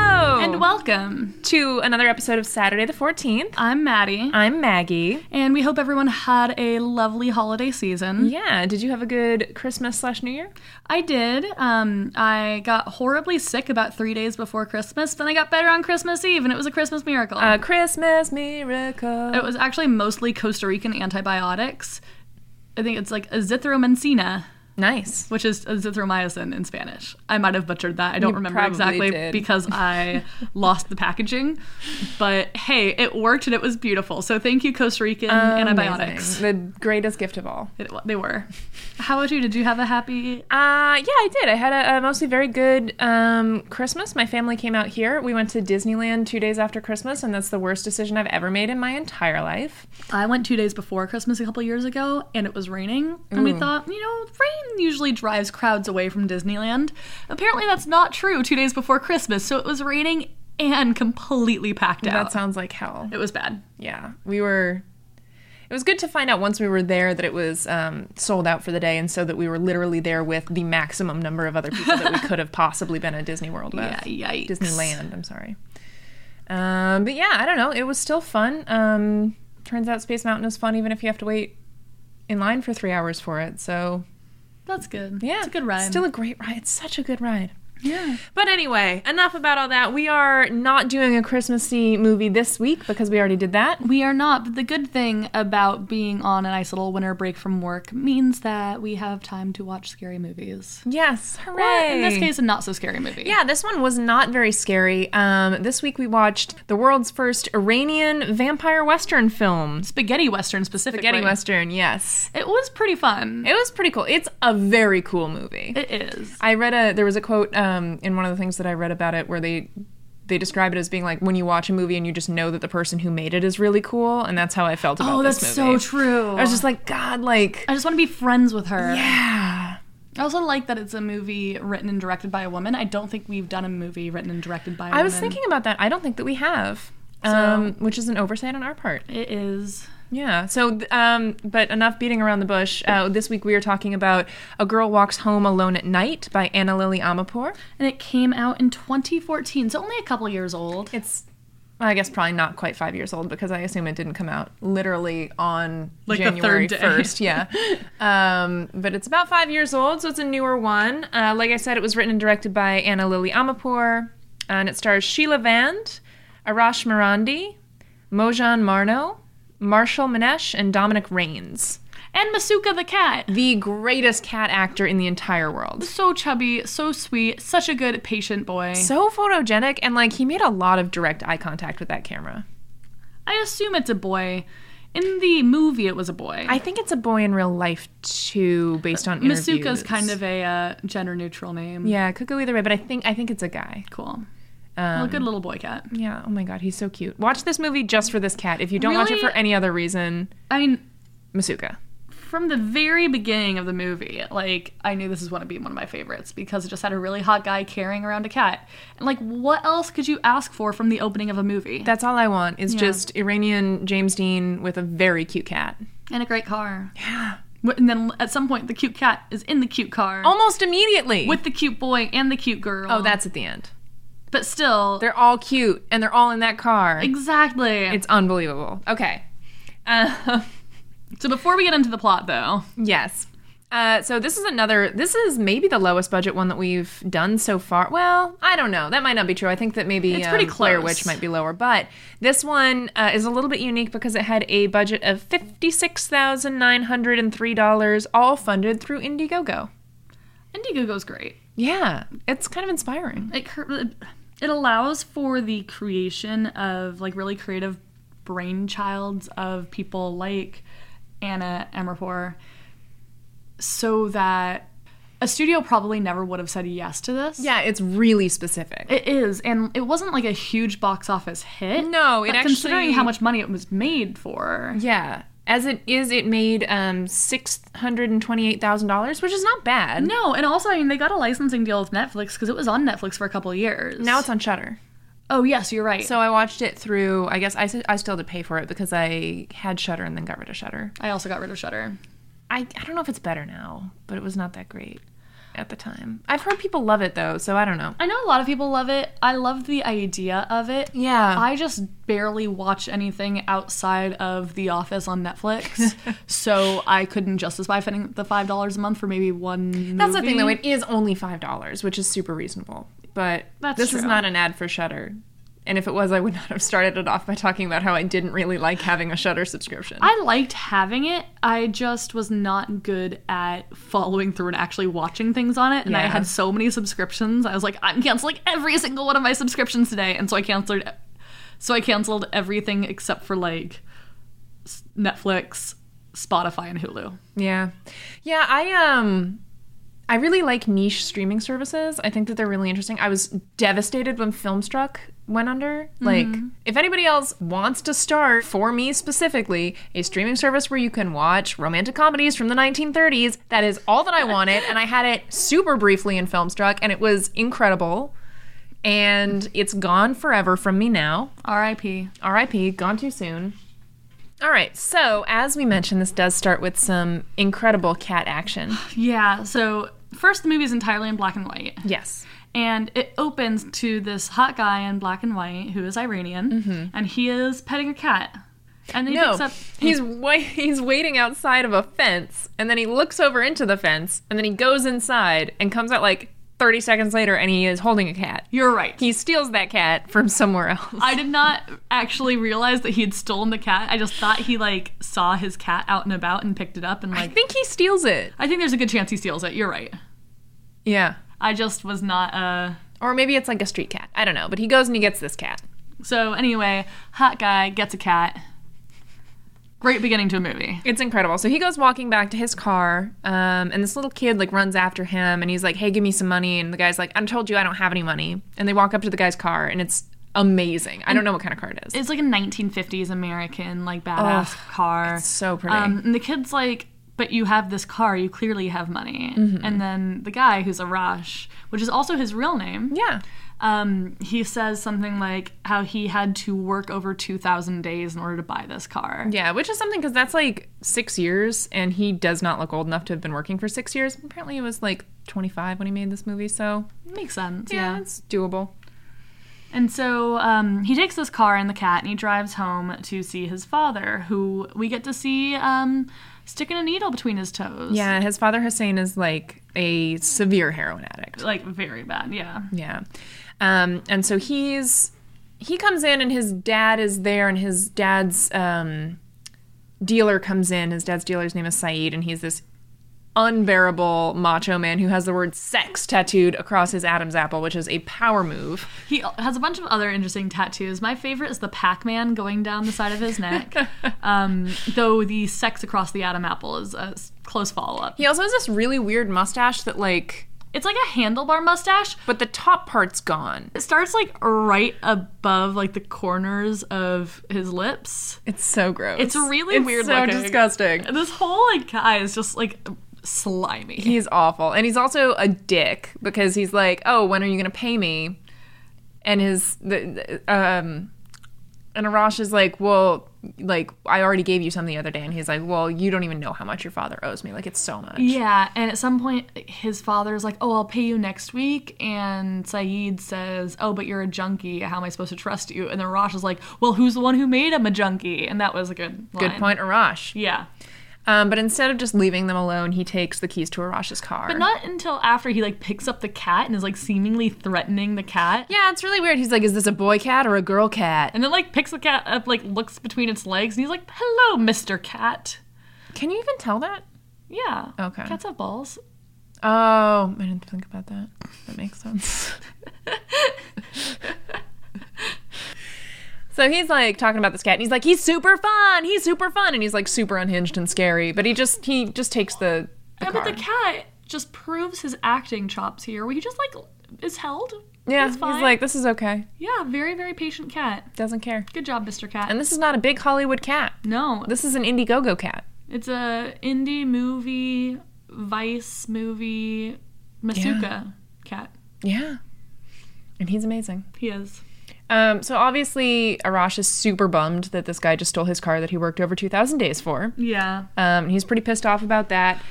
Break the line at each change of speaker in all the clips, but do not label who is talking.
Oh.
welcome to another episode of Saturday the 14th. I'm Maddie,
I'm Maggie.
and we hope everyone had a lovely holiday season.
Yeah, did you have a good Christmas slash New Year?
I did. Um, I got horribly sick about three days before Christmas, then I got better on Christmas Eve, and it was a Christmas miracle.
A Christmas miracle.
it was actually mostly Costa Rican antibiotics. I think it's like azithromycina,
nice.
which is azithromycin in Spanish. I might have butchered that. I don't
You
remember
probably
exactly
did.
because I lost the packaging. But hey, it worked and it was beautiful. So thank you, Costa Rican
Um,
antibiotics.
Amazing. The greatest gift of all.
It, they were. How about you? Did you have a happy?
Uh, yeah, I did. I had a, a mostly very good um, Christmas. My family came out here. We went to Disneyland two days after Christmas, and that's the worst decision I've ever made in my entire life.
I went two days before Christmas a couple years ago, and it was raining. And we thought, you know, rain usually drives crowds away from Disneyland. Apparently, that's not true. Two days before Christmas, so it was raining and completely packed out.
That sounds like hell.
it was bad.
Yeah, we were. It was good to find out once we were there that it was um, sold out for the day, and so that we were literally there with the maximum number of other people that we could have possibly been at Disney World with.
Yeah, yikes.
Disneyland, I'm sorry. Um, but yeah, I don't know. It was still fun. Um, turns out Space Mountain is fun even if you have to wait in line for three hours for it. So
That's good.
yeah,
it's a good ride.
Still a great ride. It's such a good ride.
yeah.
But anyway, enough about all that. We are not doing a Christmassy movie this week because we already did that.
We are not, but the good thing about being on a nice little winter break from work means that we have time to watch scary movies.
Yes, hooray!
Or, in this case, a not so scary movie.
Yeah, this one was not very scary. Um, this week we watched the world's first Iranian vampire western film,
Spaghetti Western specifically.
Spaghetti Western. Yes,
It was pretty fun.
it was pretty cool. It's a very cool movie.
it is.
I read a there was a quote um, in one of the things that I read about it where they they describe it as being like when you watch a movie and you just know that the person who made it is really cool, and that's how I felt about
Oh,
this
that's so
movie.
true.
I was just like, God, like
I just want to be friends with her.
yeah.
I also like that it's a movie written and directed by a woman. I don't think we've done a movie written and directed by a woman.
I was thinking about that. I don't think that we have. Um, which is an oversight on our part.
it is
Yeah. So, th- um, but enough beating around the bush. Uh, this week we are talking about "A Girl Walks Home Alone at Night" by Anna Lily Amapour.
and it came out in 2014, so only a couple years old.
It's, I guess, probably not quite five years old because I assume it didn't come out literally on
Like the
January
third day.
first. Yeah. um, but it's about five years old, so it's a newer one. Uh, like I said, it was written and directed by Anna Lily Amapour, and it stars Sheila Vand, Arash Mirandi, Mojan Marno, Marshall Manesh, and Dominic Raines.
And Masuka the cat.
the greatest cat actor in the entire world.
So chubby, so sweet, such a good patient boy.
So photogenic, and like he made a lot of direct eye contact with that camera.
I assume it's a boy. In the movie, it was a boy.
I think it's a boy in real life too, based on interviews.
Masuka's kind of a uh, gender neutral name.
yeah, could go either way, but I think I think it's a guy.
Cool.
Um,
well, good little boy cat.
yeah. Oh my god, he's so cute. Watch this movie just for this cat. If you don't watch it
Really?
for any other reason,
I mean,
Masuka.
from the very beginning of the movie, like I knew this is going to be one of my favorites because it just had a really hot guy carrying around a cat. And like, what else could you ask for from the opening of a movie?
That's all I want is
Yeah.
just Iranian James Dean with a very cute cat.
and a great car.
Yeah.
Wh- And then at some point, the cute cat is in the cute car
Almost immediately.
with the cute boy and the cute girl.
oh, that's at the end.
but still
They're all cute and they're all in that car.
exactly.
It's unbelievable. Okay. Uh,
so before we get into the plot, though,
yes. Uh, so this is another. This is maybe the lowest budget one that we've done so far. Well, I don't know. That might not be true. I think that maybe
It's pretty
um, Blair
close.
Witch might be lower, but this one uh, is a little bit unique because it had a budget of fifty six thousand nine hundred and three dollars, all funded through Indiegogo.
Indiegogo's great.
Yeah, it's kind of inspiring.
It cur- it allows for the creation of like really creative brainchilds of people like Anna Emerpour so that a studio probably never would have said yes to this.
Yeah, it's really specific.
It is, and it wasn't like a huge box office hit.
No, it
but considering
actually-
how much money it was made for.
yeah, as it is, it made um, six hundred and twenty eight thousand dollars, which is not bad.
No, and also I mean they got a licensing deal with Netflix because it was on Netflix for a couple years.
Now it's on Shutter.
oh yes, you're right.
So I watched it through. I guess I, s- I still had to pay for it because I had Shutter and then got rid of Shutter.
I also got rid of Shutter.
I, I don't know if it's better now, but it was not that great. at the time. I've heard people love it though, so I don't know.
I know a lot of people love it. I love the idea of it.
Yeah.
I just barely watch anything outside of The Office on Netflix, so I couldn't justify spending the five dollars a month for maybe one.
That's the thing though,
movie.
it is only $5, which is super reasonable. But
That's
this is
true.
not an ad for Shutter. And if it was, I would not have started it off by talking about how I didn't really like having a Shutter subscription.
I liked having it. I just was not good at following through and actually watching things on it. And I
Yeah.
had so many subscriptions. I was like, I'm canceling every single one of my subscriptions today. And so I canceled. So I canceled everything except for like s- Netflix, Spotify, and Hulu.
Yeah. Yeah, I um I really like niche streaming services. I think that they're really interesting. I was devastated when Filmstruck went under. Like if anybody else wants to start for me specifically a streaming service where you can watch romantic comedies from the 1930s, that is all that I wanted and I had it super briefly in Filmstruck and it was incredible. And it's gone forever from me now.
R.I.P.
RIP, gone too soon. All right, so as we mentioned, this does start with some incredible cat action.
Yeah. So first, the movie is entirely in black and white.
Yes.
and it opens to this hot guy in black and white who is Iranian, and he is petting a cat. And then he
Mm-hmm. No,
picks up.
he's wai- he's waiting outside of a fence, and then he looks over into the fence, and then he goes inside and comes out like 30 seconds later, and he is holding a cat.
You're right.
He steals that cat from somewhere else.
I did not actually realize that he had stolen the cat. I just thought he like saw his cat out and about and picked it up and
I
like.
think he steals it.
I think there's a good chance he steals it. You're right.
Yeah.
I just was not. uh
Or maybe it's like a street cat. I don't know, but he goes and he gets this cat.
So anyway, hot guy gets a cat. Great beginning to a movie.
It's incredible. So he goes walking back to his car, um, and this little kid like runs after him, and he's like, "Hey, give me some money." And the guy's like, "I told you I don't have any money." And they walk up to the guy's car, and it's amazing. I don't know what kind of car it is.
It's like a 1950s American like badass car.
It's so pretty.
Um, and the kid's like, but you have this car, you clearly have money.
Mm-hmm.
And then the guy, who's Arash, which is also his real name,
yeah,
um, he says something like how he had to work over 2,000 days in order to buy this car.
yeah, which is something because that's like six years, and he does not look old enough to have been working for six years. Apparently, he was like 25 when he made this movie, so
Makes sense.
yeah, it's doable.
And so um, he takes this car and the cat and he drives home to see his father, who we get to see um, sticking a needle between his toes.
Yeah, his father Hussein is like a severe heroin addict.
Like, very bad. Yeah.
Yeah. Um, and so he's he comes in and his dad is there and his dad's um, dealer comes in. His dad's dealer's name is Saeed and he's this unbearable macho man who has the word sex tattooed across his Adam's apple, which is a power move.
He has a bunch of other interesting tattoos. My favorite is the Pac Man going down the side of his neck, um, though the sex across the Adam apple is a s- close follow up.
He also has this really weird mustache that like
It's like a handlebar mustache.
but the top part's gone.
It starts like right above like the corners of his lips.
It's so gross.
It's really weird
so
looking.
disgusting.
And this whole like guy is just like slimy.
He's awful. And he's also a dick because he's like, "Oh, when are you going to pay me?" And his the, the- um and Arash is like, "Well, like I already gave you some the other day." And he's like, "Well, you don't even know how much your father owes me. Like it's so much."
Yeah, and at some point his father's like, "Oh, I'll pay you next week," and Saeed says, "Oh, but you're a junkie. How am I supposed to trust you?" And then Rosh is like, "Well, who's the one who made him a junkie?" And that was a good
Good
line.
point, Arash.
Yeah,
Um, but instead of just leaving them alone, he takes the keys to Arash's car.
but not until after he like picks up the cat and is like seemingly threatening the cat,
yeah, it's really weird. He's like, "Is this a boy cat or a girl cat?"
and then like picks the cat up, like looks between its legs, and he's like, "Hello, Mister Cat."
Can you even tell that?
Yeah.
Okay.
Cats have balls.
Oh, I didn't think about that. That makes sense. so he's like talking about this cat, and he's like, he's super fun. He's super fun, and he's like super unhinged and scary. But he just he just takes the, the
Yeah,
car.
but the cat just proves his acting chops here, where he just like is held.
yeah,
it's
he's
fine.
like, this is okay.
Yeah, very very patient cat.
Doesn't care.
Good job, Mr. Cat.
And this is not a big Hollywood cat.
no,
This is an Indiegogo cat.
it's a indie movie, Vice movie, Masuka cat.
Yeah, and he's amazing.
He is.
Um, so obviously, Arash is super bummed that this guy just stole his car that he worked over two thousand days for.
Yeah.
Um, he's pretty pissed off about that.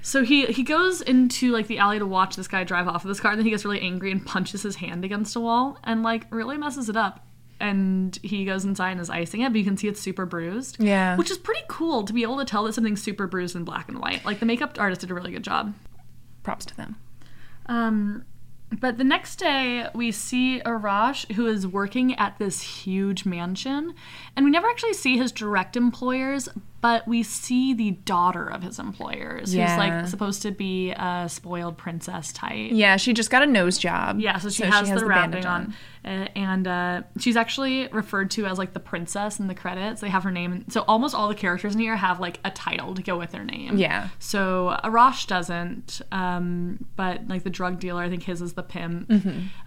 So he he goes into like the alley to watch this guy drive off with this car, and then he gets really angry and punches his hand against a wall and like really messes it up. And he goes inside and is icing it, but you can see it's super bruised.
Yeah.
Which is pretty cool to be able to tell that something's super bruised in black and white. Like the makeup artist did a really good job.
Props to them.
Um, but the next day, we see Arash, who is working at this huge mansion, and we never actually see his direct employers, but we see the daughter of his employers,
Yeah.
who's like supposed to be a spoiled princess type.
Yeah, she just got a nose job.
Yeah, so she, has, the, wrapping on, Uh, and uh, she's actually referred to as like the princess in the credits. They have her name, so almost all the characters in here have like a title to go with their name.
Yeah.
So Arash doesn't, um, but like the drug dealer, I think his is the pimp.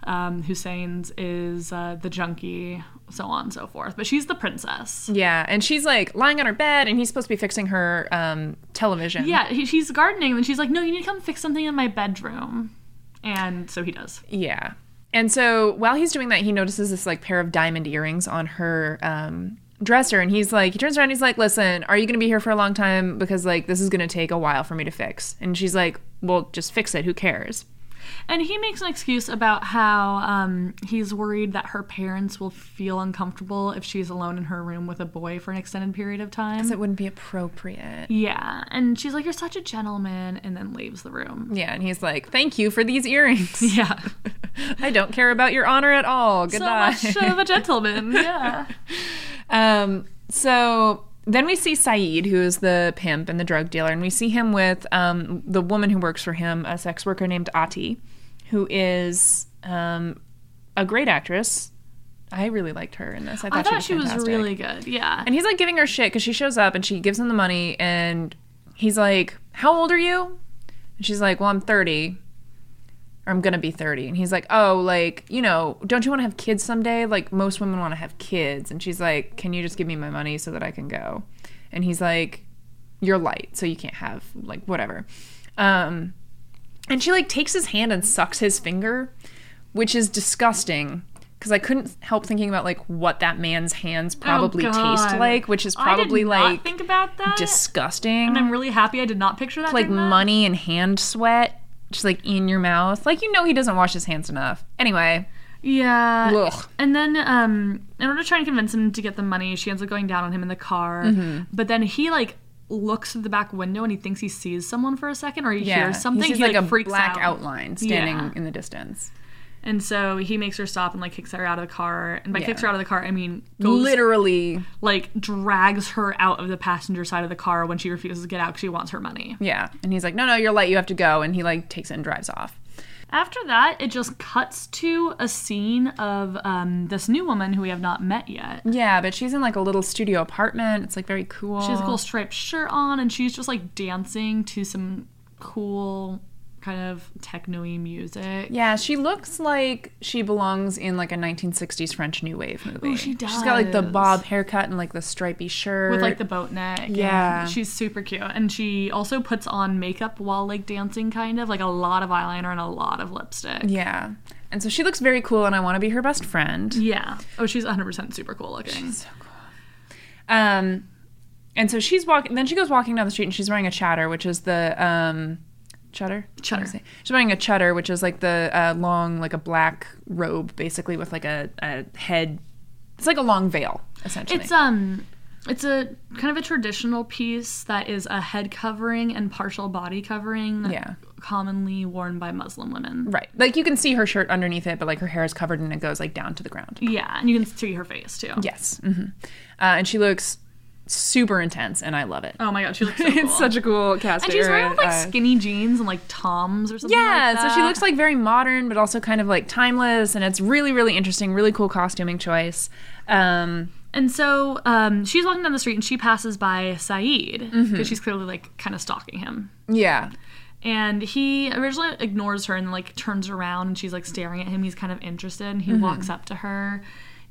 Um, Hussein's is uh, the junkie, so on and so forth. But she's the princess.
Yeah, and she's like lying on her bed, and he's supposed to be fixing her um, television.
Yeah, he, she's gardening, and she's like, "No, you need to come fix something in my bedroom," and so he does.
Yeah. And so while he's doing that, he notices this like pair of diamond earrings on her um, dresser. And he's like, he turns around, he's like, listen, are you going to be here for a long time? Because like this is going to take a while for me to fix. And she's like, well, just fix it. Who cares?
And he makes an excuse about how um, he's worried that her parents will feel uncomfortable if she's alone in her room with a boy for an extended period of time.
It wouldn't be appropriate.
yeah, and she's like, "You're such a gentleman," and then leaves the room.
Yeah. And he's like, thank you for these earrings.
Yeah,
I don't care about your honor at all.
so
Goodbye.
much of a gentleman. Yeah,
Um, so then we see Saeed, who is the pimp and the drug dealer, and we see him with um, the woman who works for him, a sex worker named Ati, who is um, a great actress. I really liked her in this. I thought,
I thought she was
fantastic.
really good. Yeah,
And he's like giving her shit because she shows up and she gives him the money, and he's like, "How old are you?" And she's like, "Well, I'm 30." Or I'm gonna be 30. And he's like, Oh, like, you know, don't you wanna have kids someday? Like, most women wanna have kids. And she's like, Can you just give me my money so that I can go? And he's like, You're light, so you can't have, like, whatever. Um, and she, like, takes his hand and sucks his finger, which is disgusting. Cause I couldn't help thinking about, like, what that man's hands probably taste
Oh, God.
like, which is
I
probably,
did
like,
not think about that.
disgusting
and I'm really happy I did not picture that.
like
during that.
money and hand sweat just like in your mouth like you know he doesn't wash his hands enough anyway
Yeah.
Ugh.
And then, um, in order to try and convince him to get the money, she ends up going down on him in the car.
Mm-hmm.
But then he like looks through the back window and he thinks he sees someone for a second or he hears something.
he's
he,
like, a
freaks
black
out.
outline standing
Yeah.
in the distance
And so he makes her stop and like kicks her out of the car. And by
Yeah.
kicks her out of the car, I mean goes,
literally
like drags her out of the passenger side of the car when she refuses to get out because she wants her money.
yeah and he's like no no you're late you have to go and he like takes it and drives off
After that, it just cuts to a scene of um, this new woman who we have not met yet.
yeah but she's in like a little studio apartment it's like very cool
She has a cool striped shirt on, and she's just like dancing to some cool kind of techno-y music.
yeah she looks like she belongs in like a 1960s french new wave movie
Ooh, Oh, she
she's got like the
does.
bob haircut and like the stripy shirt
With like the boat neck. and
Yeah.
she's super cute. And she also puts on makeup while like dancing, kind of like a lot of eyeliner and a lot of lipstick.
yeah and so she looks very cool and i want to be her best friend
Yeah. Oh, she's 100% super cool looking.
Um, and so she's walking. Then she goes walking down the street, and she's wearing a chatter, which is the um, chutter.
Chutter.
What do I say? She's wearing a chutter, which is like the uh, long, like a black robe, basically with like a, a head. It's like a long veil, essentially.
It's um it's a kind of a traditional piece that is a head covering and partial body covering
Yeah.
commonly worn by Muslim women.
right. Like you can see her shirt underneath it, but like her hair is covered, and it goes like down to the ground.
Yeah, and you can see her face too.
Yes. hmm Uh, and she looks super intense, and I love it.
Oh my god, she looks so cool.
It's such a cool cast.
And she's
iron,
wearing like
uh,
skinny jeans and like Toms or something.
Yeah,
like
so she
that.
looks like very modern, but also kind of like timeless, and it's really, really interesting. Really cool costuming choice. Um,
And so um, she's walking down the street and she passes by Saeed because
Mm-hmm.
she's clearly like kind of stalking him.
yeah,
And he originally ignores her and like turns around and she's like staring at him. He's kind of interested and he
Mm-hmm.
walks up to her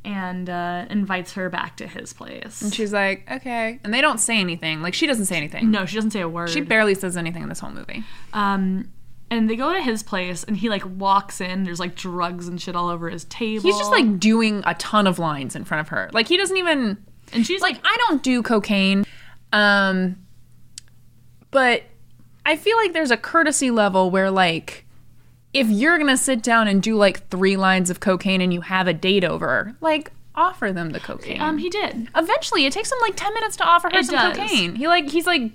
and uh, invites her back to his place.
she's like, okay, and they don't say anything. Like she doesn't say anything.
No, she doesn't say a word.
She barely says anything in this whole movie.
um, and they go to his place and he like walks in. There's like drugs and shit all over his table.
He's just like doing a ton of lines in front of her. Like he doesn't even
and she's like
like I don't do cocaine. Um, but I feel like there's a courtesy level where like if you're gonna sit down and do like three lines of cocaine and you have a date over, like offer them the cocaine.
Um, he did.
Eventually, it takes him like ten minutes to offer her
It
some
does.
cocaine. He like he's like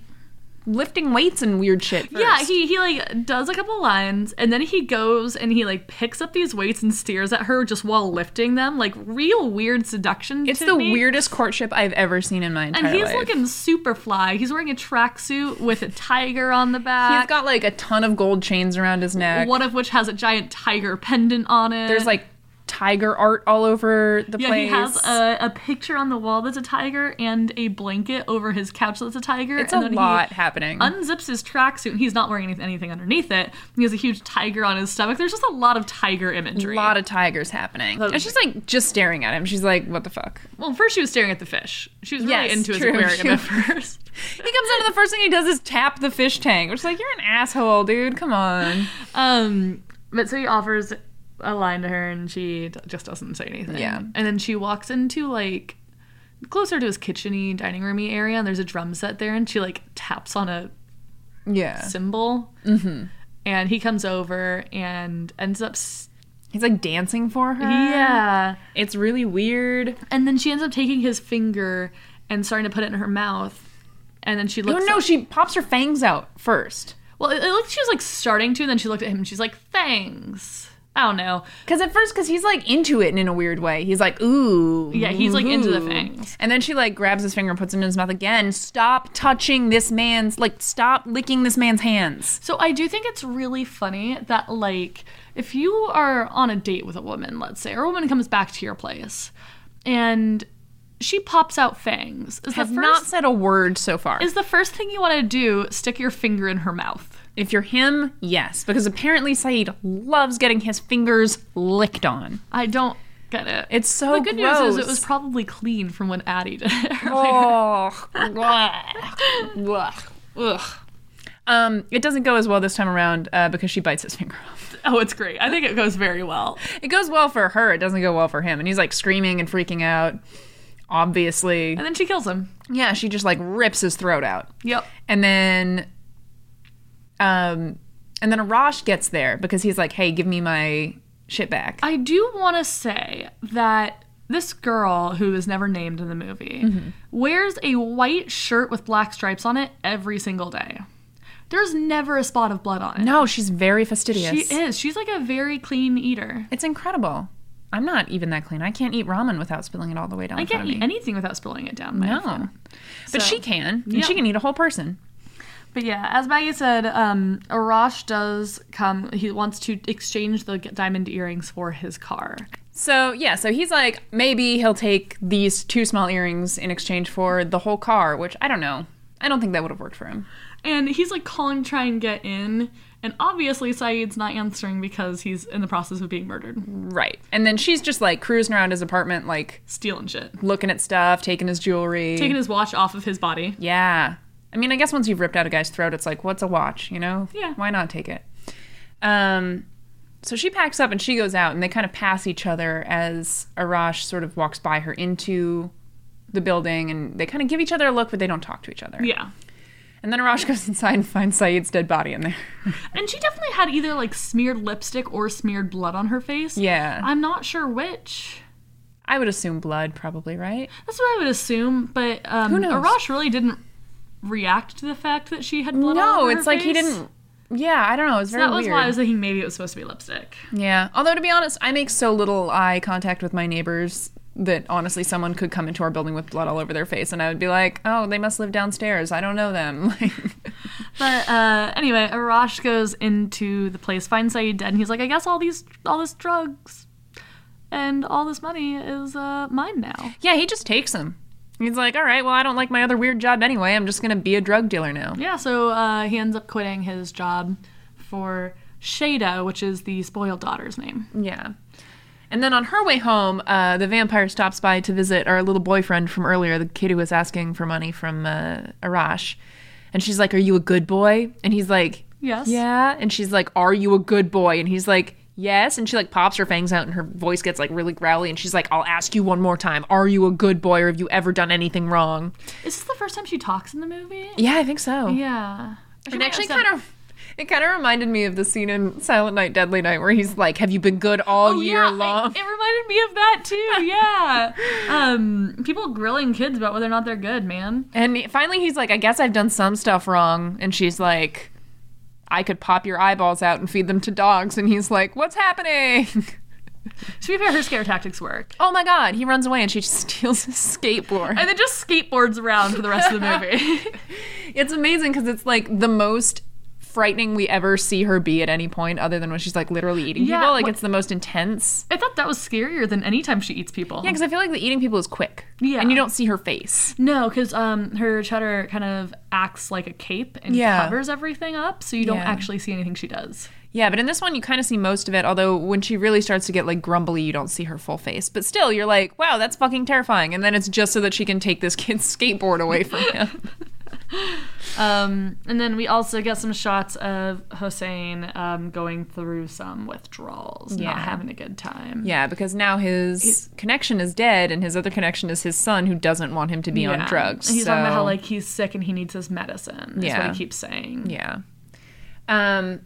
lifting weights and weird shit. First.
Yeah, he, he like does a couple lines and then he goes and he like picks up these weights and stares at her just while lifting them. Like real weird seduction.
It's
to
the
me.
weirdest courtship I've ever seen in my entire
And he's
life.
looking super fly. He's wearing a tracksuit with a tiger on the back.
He's got like a ton of gold chains around his neck.
one of which has a giant tiger pendant on it.
There's like tiger art all over the
yeah,
place.
he has a, a picture on the wall that's a tiger and a blanket over his couch that's a tiger.
it's a
and then
lot
He,
happening.
Unzips his tracksuit and he's not wearing anyth- anything underneath it. He has a huge tiger on his stomach. There's just a lot of tiger
a
imagery.
lot of tigers happening.
Those-
And she's like just staring at him. She's like, what the fuck?
Well, first she was staring at the fish. She was really
Yes,
into his
true.
aquarium
She-
at first.
He comes in and the first thing he does is tap the fish tank. Which is like, you're an asshole, dude. Come on.
Um, but so he offers a line to her, and she d- just doesn't say anything.
Yeah.
and then she walks into like closer to his kitcheny, dining roomy area, and there's a drum set there, and she like taps on a
Yeah.
cymbal. And he comes over and ends up, s-
He's like dancing for her.
yeah.
It's really weird.
And then she ends up taking his finger and starting to put it in her mouth. And then she
No,
looks.
no, she pops her fangs out first.
Well, it, it looked she was like starting to, and then she looked at him and she's like, "Thanks." I don't know.
Because at first, because he's like into it and in a weird way. He's like, ooh.
Yeah, he's, like, into the
ooh.
fangs.
And then she like grabs his finger and puts it in his mouth again. Stop touching this man's, like, stop licking this man's hands.
So I do think it's really funny that like if you are on a date with a woman, let's say, or a woman comes back to your place, and she pops out fangs, is
Has
the first
not said a word so far.
is the first thing you want to do stick your finger in her mouth.
if you're him, yes. Because apparently Saeed loves getting his fingers licked on.
I don't get it.
It's so
the good
gross.
news is it was probably clean from when Addie did it. earlier.
Oh, ugh, ugh. Um, it doesn't go as well this time around uh, because she bites his finger off.
oh, it's great. I think it goes very well.
It goes well for her. It doesn't go well for him. And he's like screaming and freaking out. Obviously.
And then she kills him.
Yeah, she just like rips his throat out.
Yep.
And then um and then Arash gets there because he's like, "Hey, give me my shit back."
I do want to say that this girl who is never named in the movie
Mm-hmm.
wears a white shirt with black stripes on it every single day. There's never a spot of blood on it.
no, she's very fastidious.
She is. She's like a very clean eater.
It's incredible. I'm not even that clean. I can't eat ramen without spilling it all the way down
I
in front
can't
of
eat
me.
anything without spilling it down my phone.
no. But
So-
she can. And
Yeah.
she can eat a whole person.
But yeah, as Maggie said, um, Arash does come. He wants to exchange the g- diamond earrings for his car.
So yeah, so he's like, maybe he'll take these two small earrings in exchange for the whole car, which I don't know. I don't think that would have worked for him.
And he's like calling to try and get in. And obviously, Saeed's not answering because he's in the process of being murdered,
Right. And then she's just like cruising around his apartment, like
stealing shit.
looking at stuff, taking his jewelry.
taking his watch off of his body.
yeah. I mean, I guess once you've ripped out a guy's throat, it's like, what's a watch, you know?
Yeah.
Why not take it? Um, so she packs up and she goes out, and they kind of pass each other as Arash sort of walks by her into the building, and they kind of give each other a look, but they don't talk to each other.
Yeah.
And then Arash goes inside and finds Saeed's dead body in there.
And she definitely had either like smeared lipstick or smeared blood on her face.
yeah.
I'm not sure which.
I would assume blood, probably, right?
That's what I would assume, but um
Who knows?
Arash really didn't react to the fact that she had blood all
no,
over her
it's like he
face.
didn't. Yeah, I don't know. It's very
That was
weird.
why I was thinking maybe it was supposed to be lipstick.
Yeah. Although to be honest, I make so little eye contact with my neighbors that honestly someone could come into our building with blood all over their face and I would be like, "Oh, they must live downstairs. I don't know them." Like
But uh anyway, Arash goes into the place, finds Saeed dead, and he's like, I guess all these all this drugs and all this money is uh mine now.
Yeah, he just takes them. He's like, "All right, well, I don't like my other weird job anyway. I'm just going to be a drug dealer now."
Yeah, so uh, he ends up quitting his job for Shada, which is the spoiled daughter's name.
Yeah. And then on her way home, uh, the vampire stops by to visit our little boyfriend from earlier, the kid who was asking for money from uh, Arash. And she's like, Are you a good boy? And he's like,
Yes.
Yeah. And she's like, Are you a good boy? And he's like, Yes. And she like pops her fangs out and her voice gets like really growly. And she's like, I'll ask you one more time Are you a good boy or have you ever done anything wrong?
Is this the first time she talks in the movie?
Yeah, I think so.
Yeah.
And actually,
ask that-
kind of. It kind of reminded me of the scene in Silent Night, Deadly Night where he's like, "Have you been good all
Oh,
year
yeah, I-
long?"
it reminded me of that too. Yeah. um, people grilling kids about whether or not they're good, man.
and finally, he's like, "I guess I've done some stuff wrong." And she's like, "I could pop your eyeballs out and feed them to dogs." And he's like, "What's happening?"
To be fair, her scare tactics work,
oh my god! He runs away, and she just steals his skateboard.
and then just skateboards around for the rest of the movie.
it's amazing because it's like the most frightening we ever see her be at any point, other than when she's like literally eating
Yeah,
people. Like
what-
it's the most intense.
I thought that was scarier than any time she eats people.
Yeah, because I feel like the eating people is quick.
Yeah.
and you don't see her face.
No, because um, her cheddar kind of acts like a cape and
Yeah.
covers everything up, so you don't
Yeah.
actually see anything she does.
Yeah, but in this one you kind of see most of it. Although when she really starts to get like grumbly, you don't see her full face. But still, you're like, wow, that's fucking terrifying. And then it's just so that she can take this kid's skateboard away from him.
Um, and then we also get some shots of Hossein um, going through some withdrawals, not
Yeah.
having a good time.
yeah, because now his connection is dead, and his other connection is his son, who doesn't want him to be on
Yeah.
drugs.
And he's talking about how
so-
like he's sick and he needs his medicine. That's
Yeah.
what he keeps saying.
Yeah. Um,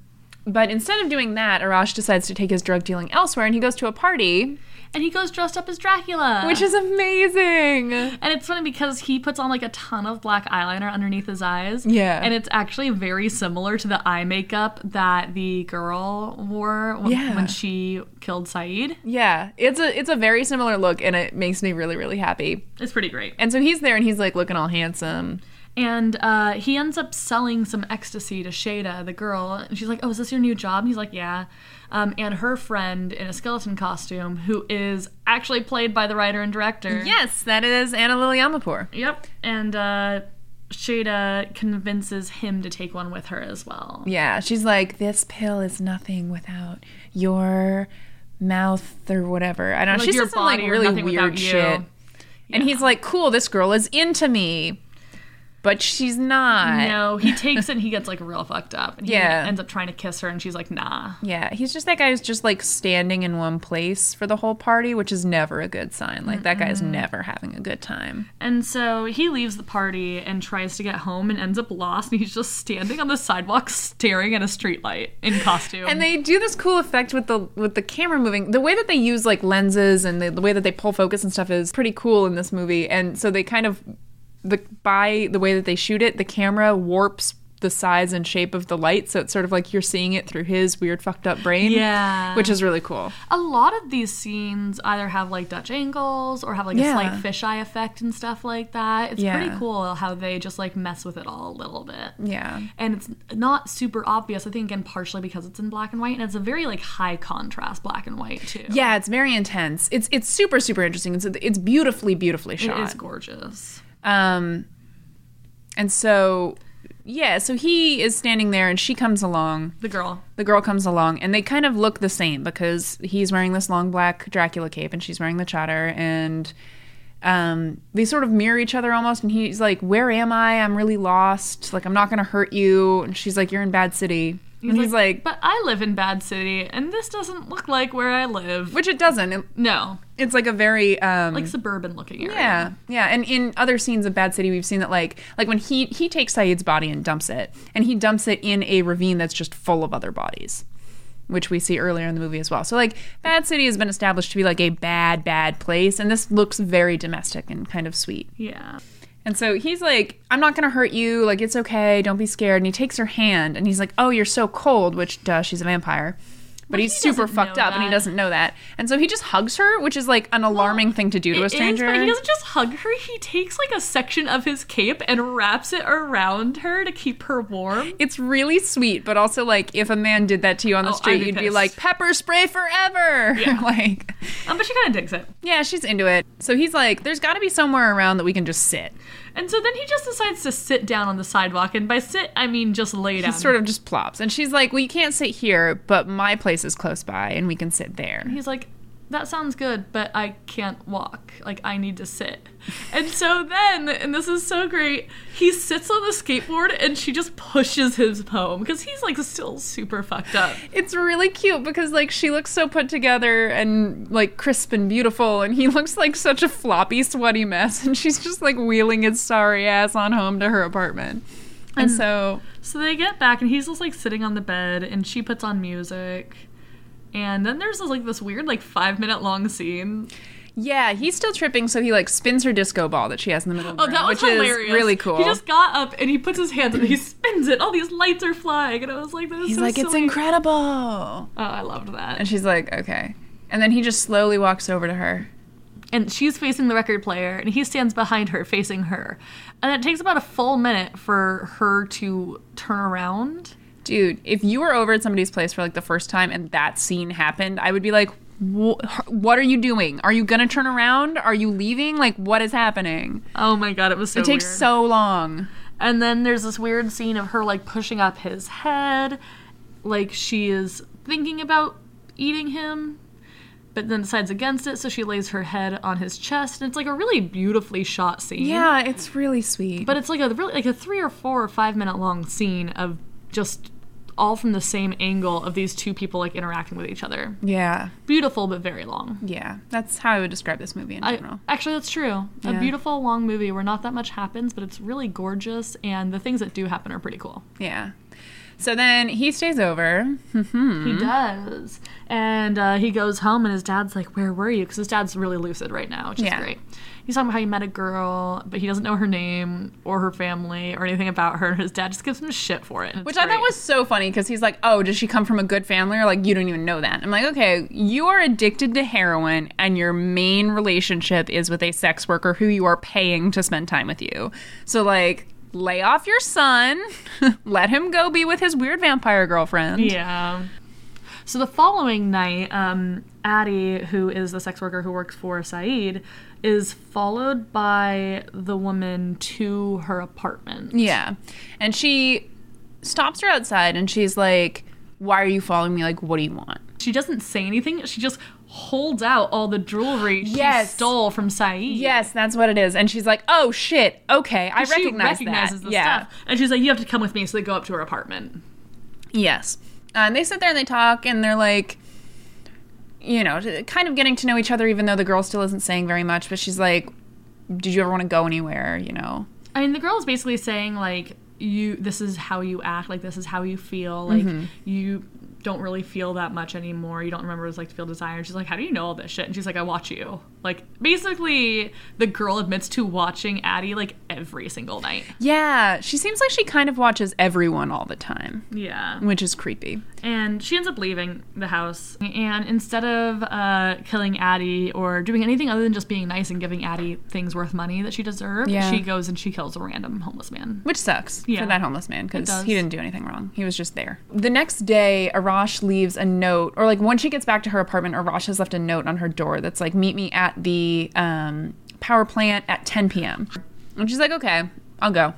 but instead of doing that, Arash decides to take his drug dealing elsewhere and he goes to a party,
And he goes dressed up as Dracula.
which is amazing.
and it's funny because he puts on like a ton of black eyeliner underneath his eyes.
Yeah.
And it's actually very similar to the eye makeup that the girl wore when,
Yeah.
when she killed Saeed.
Yeah, it's a it's a very similar look and it makes me really really happy.
It's pretty great.
And so he's there and he's like looking all handsome.
And uh, he ends up selling some ecstasy to Shada, the girl. And she's like, Oh, is this your new job? And he's like, Yeah. Um, and her friend in a skeleton costume, who is actually played by the writer and director.
Yes, that is Anna Lily Amapour.
Yep. And uh, Shada convinces him to take one with her as well.
Yeah, she's like this pill is nothing without your mouth or whatever. I don't know.
Like
She
your
says some like
body or
really
nothing
weird
without you.
shit. And he's like, "Cool, this girl is into me." But she's not.
No, he takes it and he gets like real fucked up. And he
Yeah.
ends up trying to kiss her and she's like, nah.
Yeah, he's just that guy who's just like standing in one place for the whole party, which is never a good sign. Like that guy is never having a good time.
And so he leaves the party and tries to get home and ends up lost. And he's just standing on the sidewalk staring at a streetlight in costume.
And they do this cool effect with the with the camera moving. The way that they use like lenses and the, the way that they pull focus and stuff is pretty cool in this movie. And so they kind of the by the way that they shoot it, the camera warps the size and shape of the light, so it's sort of like you're seeing it through his weird fucked up brain.
Yeah.
Which is really cool.
a lot of these scenes either have like Dutch angles or have like
Yeah.
a slight fisheye effect and stuff like that. It's
Yeah.
pretty cool how they just like mess with it all a little bit.
Yeah.
and it's not super obvious. I think again partially because it's in black and white, and it's a very like high contrast black and white too.
Yeah, it's very intense. It's it's super super interesting. It's it's beautifully beautifully shot.
it is gorgeous.
Um, and so, yeah, so he is standing there and she comes along.
The girl,
The girl comes along and they kind of look the same because he's wearing this long black Dracula cape and she's wearing the chador and um, they sort of mirror each other almost. And he's like, Where am I? I'm really lost. Like, I'm not going to hurt you. And she's like, You're in bad city. and he's like,
but I live in Bad City, and this doesn't look like where I live.
Which it doesn't. It,
No,
it's like a very. Um,
like suburban looking area.
Yeah, yeah, and in other scenes of Bad City, we've seen that like like when he he takes Saeed's body and dumps it, and he dumps it in a ravine that's just full of other bodies, which we see earlier in the movie as well. So like Bad City has been established to be like a bad bad place, and this looks very domestic and kind of sweet.
yeah.
And so he's like, "I'm not gonna hurt you. Like it's okay. Don't be scared." And he takes her hand, and he's like, "Oh, you're so cold," which duh, she's a vampire. But he's
he
super
doesn't know
fucked up, and he
that.
doesn't know that. And so he just hugs her, which is like an alarming thing to do to
It
a
is,
stranger.
but he doesn't just hug her. He takes like a section of his cape and wraps it around her to keep her warm.
It's really sweet, but also like if a man did that to you on the
Oh,
street,
I'd be
you'd be
pissed.
like pepper spray forever.
Yeah.
like
Um, but she kind of digs it.
yeah, she's into it. So he's like, there's got to be somewhere around that we can just sit.
And so then he just decides to sit down on the sidewalk, and by sit I mean just lay down.
He sort of just plops, and she's like, well, you can't sit here, but my place is close by, and we can sit there.
He's like, that sounds good, but I can't walk. Like, I need to sit. And so then, and this is so great, he sits on the skateboard and she just pushes his home because he's like still super fucked up.
It's really cute because like she looks so put together and like crisp and beautiful, and he looks like such a floppy, sweaty mess, and she's just like wheeling his sorry ass on home to her apartment. And so
So they get back, and he's just like sitting on the bed, and she puts on music. And then there's this, like this weird like five minute long scene.
yeah, he's still tripping, so he like spins her disco ball that she has in the middle of the
Oh,
room,
that was
which
hilarious!
is really cool.
He just got up and he puts his hands up and he spins it. All these lights are flying, and I was like, "This is
he's
so
like, It's
silly."
incredible.
Oh, I loved that.
And she's like, Okay. And then he just slowly walks over to her.
And she's facing the record player, and he stands behind her, facing her. And it takes about a full minute for her to turn around.
Dude, if you were over at somebody's place for like the first time and that scene happened, I would be like, "Wha- what are you doing? Are you gonna turn around? Are you leaving? Like, what is happening?
Oh my god, it was so.
It takes
weird.
so long.
And then there's this weird scene of her like pushing up his head, like she is thinking about eating him, but then decides against it, so she lays her head on his chest, and it's like a really beautifully shot scene.
Yeah, it's really sweet.
But it's like a really like a three or four or five minute long scene of just all from the same angle of these two people like interacting with each other.
yeah,
Beautiful but very long.
yeah. That's how I would describe this movie in
I,
general.
actually, that's true.
Yeah.
A beautiful long movie where not that much happens, but it's really gorgeous, and the things that do happen are pretty cool.
yeah. So then he stays over.
He
Mm-hmm.
does. And uh, he goes home, and his dad's like, Where were you? Because his dad's really lucid right now, which is
Yeah.
great. He's talking about how he met a girl, but he doesn't know her name or her family or anything about her. His dad just gives him shit for it. and it's
Which I thought
great.
was so funny because he's like, "Oh, does she come from a good family?" Or like, "You don't even know that." I'm like, "Okay, you are addicted to heroin, and your main relationship is with a sex worker who you are paying to spend time with you. So like, lay off your son, let him go be with his weird vampire girlfriend."
Yeah. So the following night, um, Addie, who is the sex worker who works for Saeed, is followed by the woman to her apartment.
Yeah. And she stops her outside, and she's like, "Why are you following me? Like, what do you want?"
She doesn't say anything. She just holds out all the jewelry
Yes.
she stole from Saeed.
Yes, that's what it is. And she's like, "Oh shit, okay, I
she
recognize
recognizes
that."
the stuff. And she's like, You have to come with me. So they go up to her apartment.
Yes. Uh, and they sit there and they talk and they're like, you know, t- kind of getting to know each other, even though the girl still isn't saying very much. But she's like, did you ever want to go anywhere? You know?
I mean, the girl is basically saying, like, you this is how you act, like this is how you feel, like you don't really feel that much anymore. You don't remember what it's like to feel desire. And she's like, How do you know all this shit? And she's like, I watch you. Like basically the girl admits to watching Addie like every single night.
Yeah. She seems like she kind of watches everyone all the time,
Yeah.
which is creepy.
And she ends up leaving the house. And instead of uh, killing Addie or doing anything other than just being nice and giving Addie things worth money that she deserved,
Yeah.
she goes and she kills a random homeless man.
Which sucks for
Yeah.
that homeless man
It
because
does.
he didn't do anything wrong. He was just there. The next day, Arash leaves a note, or like when she gets back to her apartment, Arash has left a note on her door that's like, "Meet me at the um, power plant at 10 p.m." And she's like, "Okay, I'll go."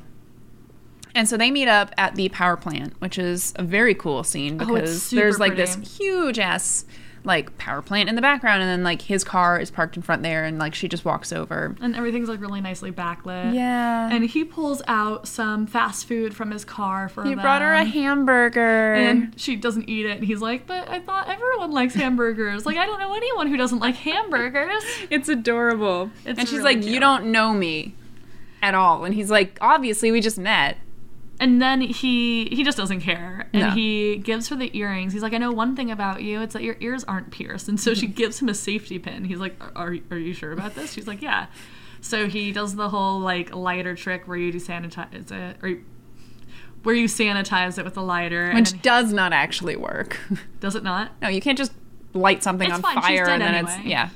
And so they meet up at the power plant, which is a very cool scene
Oh, it's
because
super
there's like
pretty.
this huge ass like power plant in the background, and then like his car is parked in front there, and like she just walks over.
And everything's like really nicely backlit.
Yeah.
And he pulls out some fast food from his car for
he brought her a
them.
hamburger.
and she doesn't eat it. And he's like, But I thought everyone likes hamburgers. Like, I don't know anyone who doesn't like hamburgers.
It's adorable.
It's
and she's
really
like, You
cute.
don't know me at all. And he's like, Obviously, we just met.
And then he he just doesn't care, and
No.
he gives her the earrings. He's like, "I know one thing about you. It's that your ears aren't pierced." And so she gives him a safety pin. He's like, "Are are, are you sure about this?" She's like, "Yeah." So he does the whole like lighter trick where you desanitize it, or you- where you sanitize it with a lighter. and
Which
then-
does not actually work.
does it not?
no, you can't just light something
It's
on
fine, she's
fire
dead
and then it's.
anyway.
Yeah.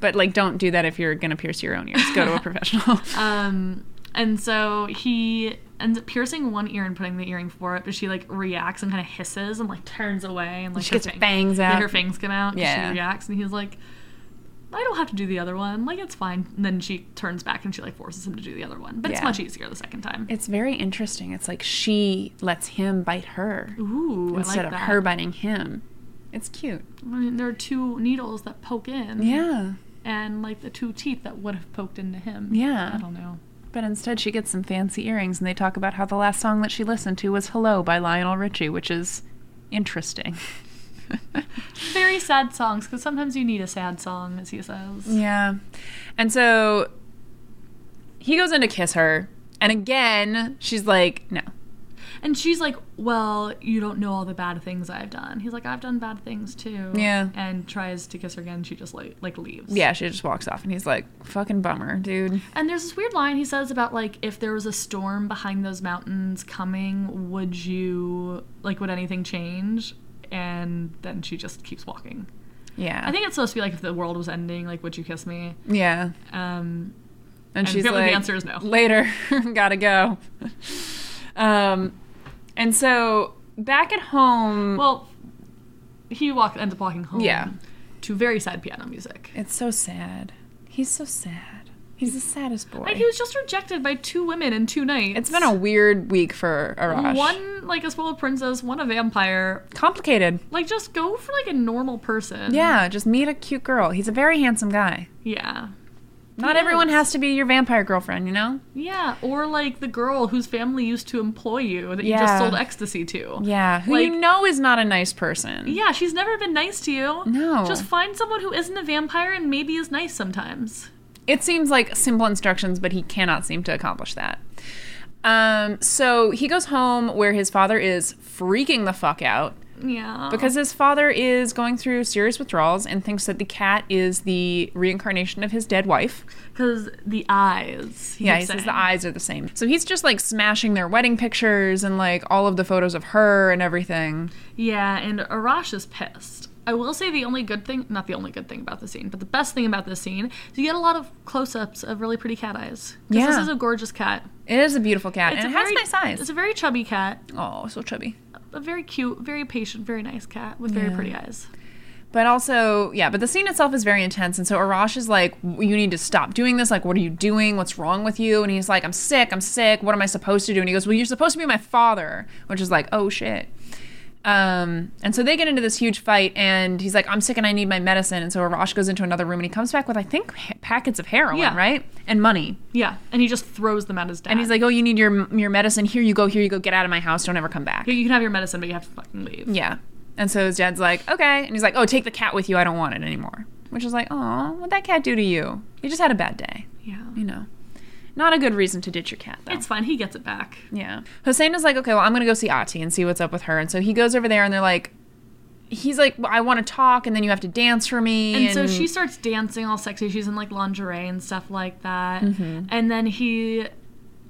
But like, don't do that if you're going to pierce your own ears. Go to a professional.
Um, and so he ends up piercing one ear and putting the earring for it, but she like reacts and kind of hisses and like turns away and like
She
her
gets her
fang-
fangs
yeah,
out.
her fangs come out. 'cause
Yeah.
she reacts and he's like, I don't have to do the other one. Like it's fine. And then she turns back and she like forces him to do the other one, but it's
Yeah.
much easier the second time.
It's very interesting. It's like she lets him bite her
Ooh,
instead
I like
of
that.
her biting him. It's cute.
I mean, there are two needles that poke in,
Yeah.
and like the two teeth that would have poked into him.
Yeah.
I don't know.
But instead, she gets some fancy earrings, and they talk about how the last song that she listened to was Hello by Lionel Richie, which is interesting.
Very sad songs because sometimes you need a sad song, as he says.
yeah. And so he goes in to kiss her, and again, she's like, No,
And she's like, "Well, you don't know all the bad things I've done." He's like, "I've done bad things too."
Yeah.
And tries to kiss her again. She just like like leaves.
Yeah, she just walks off and he's like, fucking bummer, dude.
And there's this weird line he says about like if there was a storm behind those mountains coming, would you like would anything change? And then she just keeps walking.
Yeah.
I think it's supposed to be like if the world was ending, like would you kiss me?
Yeah.
Um,
And, she's
apparently
like,
the answer is no.
later, gotta go. um, and so back at home,
well, he walk ends up walking home.
Yeah.
To very sad piano music.
it's so sad. He's so sad. He's the saddest boy.
Like he was just rejected by two women in two nights.
it's been a weird week for Arash.
one like a spoiled princess, one a vampire.
complicated.
Like just go for like a normal person.
Yeah, just meet a cute girl. He's a very handsome guy.
Yeah.
Not
He
everyone
is.
has to be your vampire girlfriend, you know?
Yeah, or like the girl whose family used to employ you that you
Yeah.
just sold ecstasy to.
Yeah, who you
Like-
know is not a nice person.
Yeah, she's never been nice to you.
No.
Just find someone who isn't a vampire and maybe is nice sometimes.
It seems like simple instructions, but he cannot seem to accomplish that. Um, so he goes home where his father is freaking the fuck out
Yeah.
because his father is going through serious withdrawals and thinks that the cat is the reincarnation of his dead wife.
Because the eyes.
yeah,
keeps
he says
saying.
the eyes are the same. So he's just like smashing their wedding pictures and like all of the photos of her and everything.
Yeah, and Arash is pissed. I will say the only good thing, not the only good thing about the scene, but the best thing about this scene is you get a lot of close ups of really pretty cat eyes. 'Cause This
Yeah.
is a gorgeous cat.
It is a beautiful cat and it has
very,
nice eyes.
It's a very chubby cat,
oh, so chubby.
a very cute, very patient, very nice cat with very
Yeah.
pretty eyes.
But also, yeah, but the scene itself is very intense. And so Arash is like, You need to stop doing this. Like, what are you doing? What's wrong with you? And he's like, I'm sick. I'm sick. What am I supposed to do? And he goes, Well, you're supposed to be my father, which is like, Oh shit. Um, and so they get into this huge fight. And he's like, I'm sick and I need my medicine. And so Arash goes into another room and he comes back with, I think, ha- packets of heroin,
Yeah.
right? And money.
Yeah, and he just throws them at his dad.
And he's like, Oh, you need your, your medicine. Here you go. Here you go. Get out of my house. Don't ever come back.
you can have your medicine, but you have to fucking leave.
Yeah. And so his dad's like, okay. And he's like, oh, take the cat with you. I don't want it anymore. Which is like, oh, what'd that cat do to you? You just had a bad day,
Yeah.
you know. Not a good reason to ditch your cat, though.
It's fine. He gets it back.
yeah. Hossein is like, okay, well, I'm going to go see Ati and see what's up with her. And so he goes over there and they're like, he's like, well, I want to talk and then you have to dance for me.
And, so she starts dancing all sexy. She's in like lingerie and stuff like that.
Mm-hmm.
And then he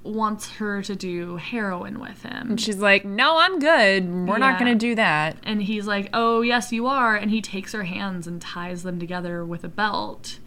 wants her to do heroin with him.
she's like, no, I'm good. We're not
Yeah.
going to do that.
And he's like, "Oh, yes, you are." And he takes her hands and ties them together with a belt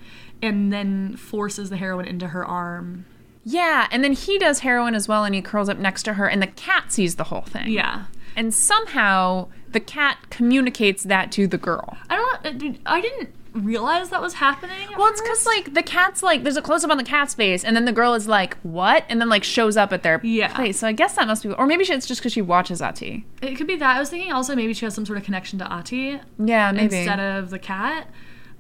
and then forces the heroin into her arm.
Yeah. And then he does heroin as well and he curls up next to her and the cat sees the whole thing.
Yeah.
And somehow the cat communicates that to the girl.
I don't I didn't realize that was happening. at
Well, it's
first.
because like the cat's like there's a close up on the cat's face, and then the girl is like, "What?" and then like shows up at their
Yeah.
place. So I guess that must be, or maybe she- it's just because she watches Ati.
it could be that. I was thinking also maybe she has some sort of connection to Ati.
Yeah, maybe.
instead of the cat.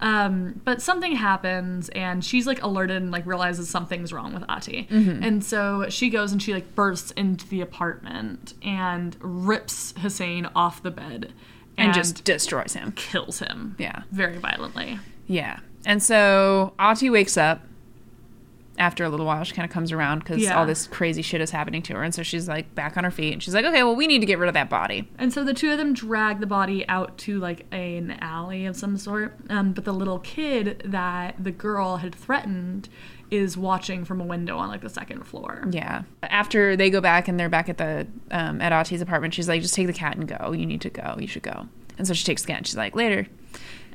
Um, but something happens, and she's like alerted and like realizes something's wrong with Ati,
Mm-hmm.
and so she goes and she like bursts into the apartment and rips Hussein off the bed
and, just destroys him.
kills him.
Yeah,
very violently.
yeah. And so Ati wakes up after a little while. She kind of comes around because
Yeah.
all this crazy shit is happening to her, and so she's like back on her feet, and she's like, "Okay, well, we need to get rid of that body."
And so the two of them drag the body out to like an alley of some sort. Um, but the little kid that the girl had threatened is watching from a window on like the second floor.
Yeah. After they go back and they're back at the um, at Ati's apartment, she's like, "Just take the cat and go. You need to go. You should go." And so she takes the cat. and She's like, "Later."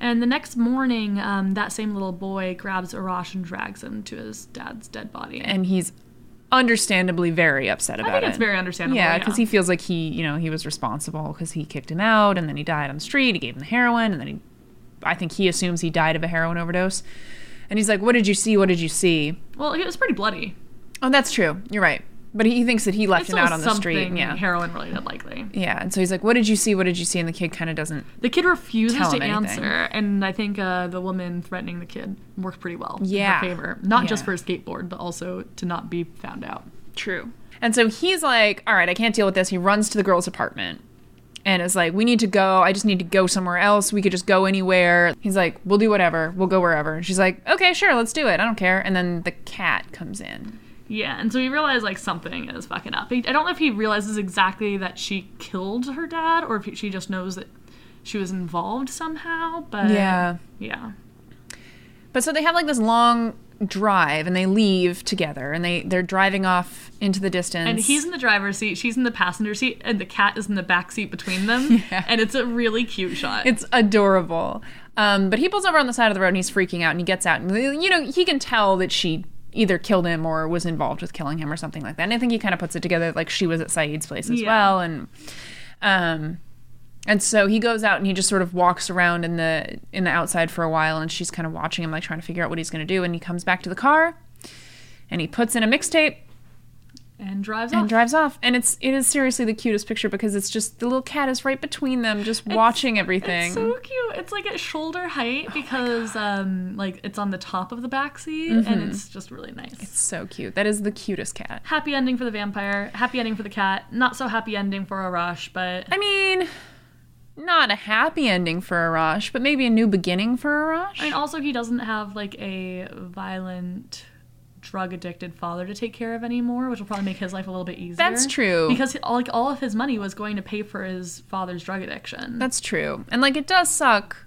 And the next morning, um, that same little boy grabs Arash and drags him to his dad's dead body.
and he's understandably very upset about
I think
it.
it's very understandable.
yeah, because he feels like he, you know, he was responsible because he kicked him out, and then he died on the street. He gave him the heroin, and then he, I think he assumes he died of a heroin overdose. And he's like, "What did you see? What did you see?"
well, it was pretty bloody.
Oh, that's true. You're right. But he, he thinks that he
It's
left him
still
out on the
something
street. Yeah,
heroin related, likely.
yeah. And so he's like, "What did you see? What did you see?" And the kid kind of doesn't.
The kid refuses
Tell
to
him anything.
answer, and I think uh, the woman threatening the kid worked pretty well
Yeah.
in her favor, not just
Yeah.
for his skateboard, but also to not be found out.
True. And so he's like, all right, I can't deal with this. He runs to the girl's apartment and is like, we need to go. I just need to go somewhere else. We could just go anywhere. He's like, we'll do whatever. We'll go wherever. And she's like, okay, sure, let's do it. I don't care. And then the cat comes in.
Yeah, and so he realized like something is fucking up. He, I don't know if he realizes exactly that she killed her dad, or if he, she just knows that she was involved somehow. But
Yeah.
yeah,
But so they have like this long drive and they leave together and they they're driving off into the distance.
and he's in the driver's seat, she's in the passenger seat, and the cat is in the back seat between them.
Yeah.
and it's a really cute shot.
It's adorable. Um, but he pulls over on the side of the road and he's freaking out and he gets out and you know he can tell that she either killed him or was involved with killing him or something like that. And I think he kind of puts it together like she was at Saeed's place as
Yeah.
well and um and so he goes out and he just sort of walks around in the in the outside for a while and she's kind of watching him like trying to figure out what he's going to do and he comes back to the car and he puts in a mixtape
and drives
and
off.
drives off and it's it is seriously the cutest picture because it's just the little cat is right between them just watching everything
It's so cute. It's like at shoulder
Oh
height because um like it's on the top of the back seat, and
Mm-hmm.
it's just really nice.
So cute. That is the cutest cat.
happy ending for the vampire. Happy ending for the cat. Not so happy ending for Arash, but
I mean, not a happy ending for Arash, but maybe a new beginning for Arash.
I mean, also he doesn't have like a violent, drug addicted father to take care of anymore, which will probably make his life a little bit easier.
That's true.
Because he- all- like all of his money was going to pay for his father's drug addiction.
That's true. And like it does suck,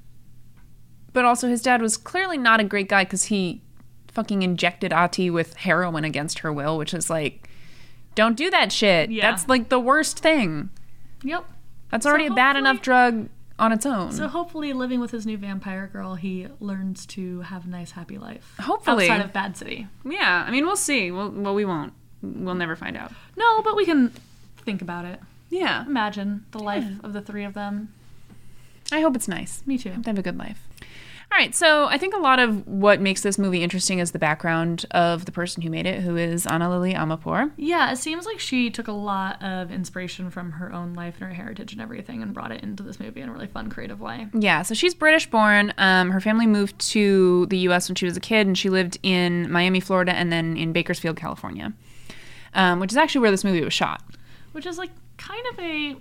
but also his dad was clearly not a great guy because he fucking injected Ati with heroin against her will, which is like, don't do that shit.
Yeah.
That's like the worst thing.
yep.
That's
So
already a bad
hopefully-
enough drug on its own.
So hopefully, living with his new vampire girl, he learns to have a nice, happy life.
Hopefully.
outside of Bad City.
yeah, I mean, we'll see. We'll, well, we won't. We'll never find out.
No, but we can think about it.
Yeah.
Imagine the life of the three of them.
I hope it's nice.
Me too.
They have a good life. All right, so I think a lot of what makes this movie interesting is the background of the person who made it, who is Anna Lily Amapour.
Yeah, it seems like she took a lot of inspiration from her own life and her heritage and everything and brought it into this movie in a really fun, creative way.
Yeah, so she's British born. Um, her family moved to the U.S. when she was a kid, and she lived in Miami, Florida, and then in Bakersfield, California, um, which is actually where this movie was shot.
which is like kind of a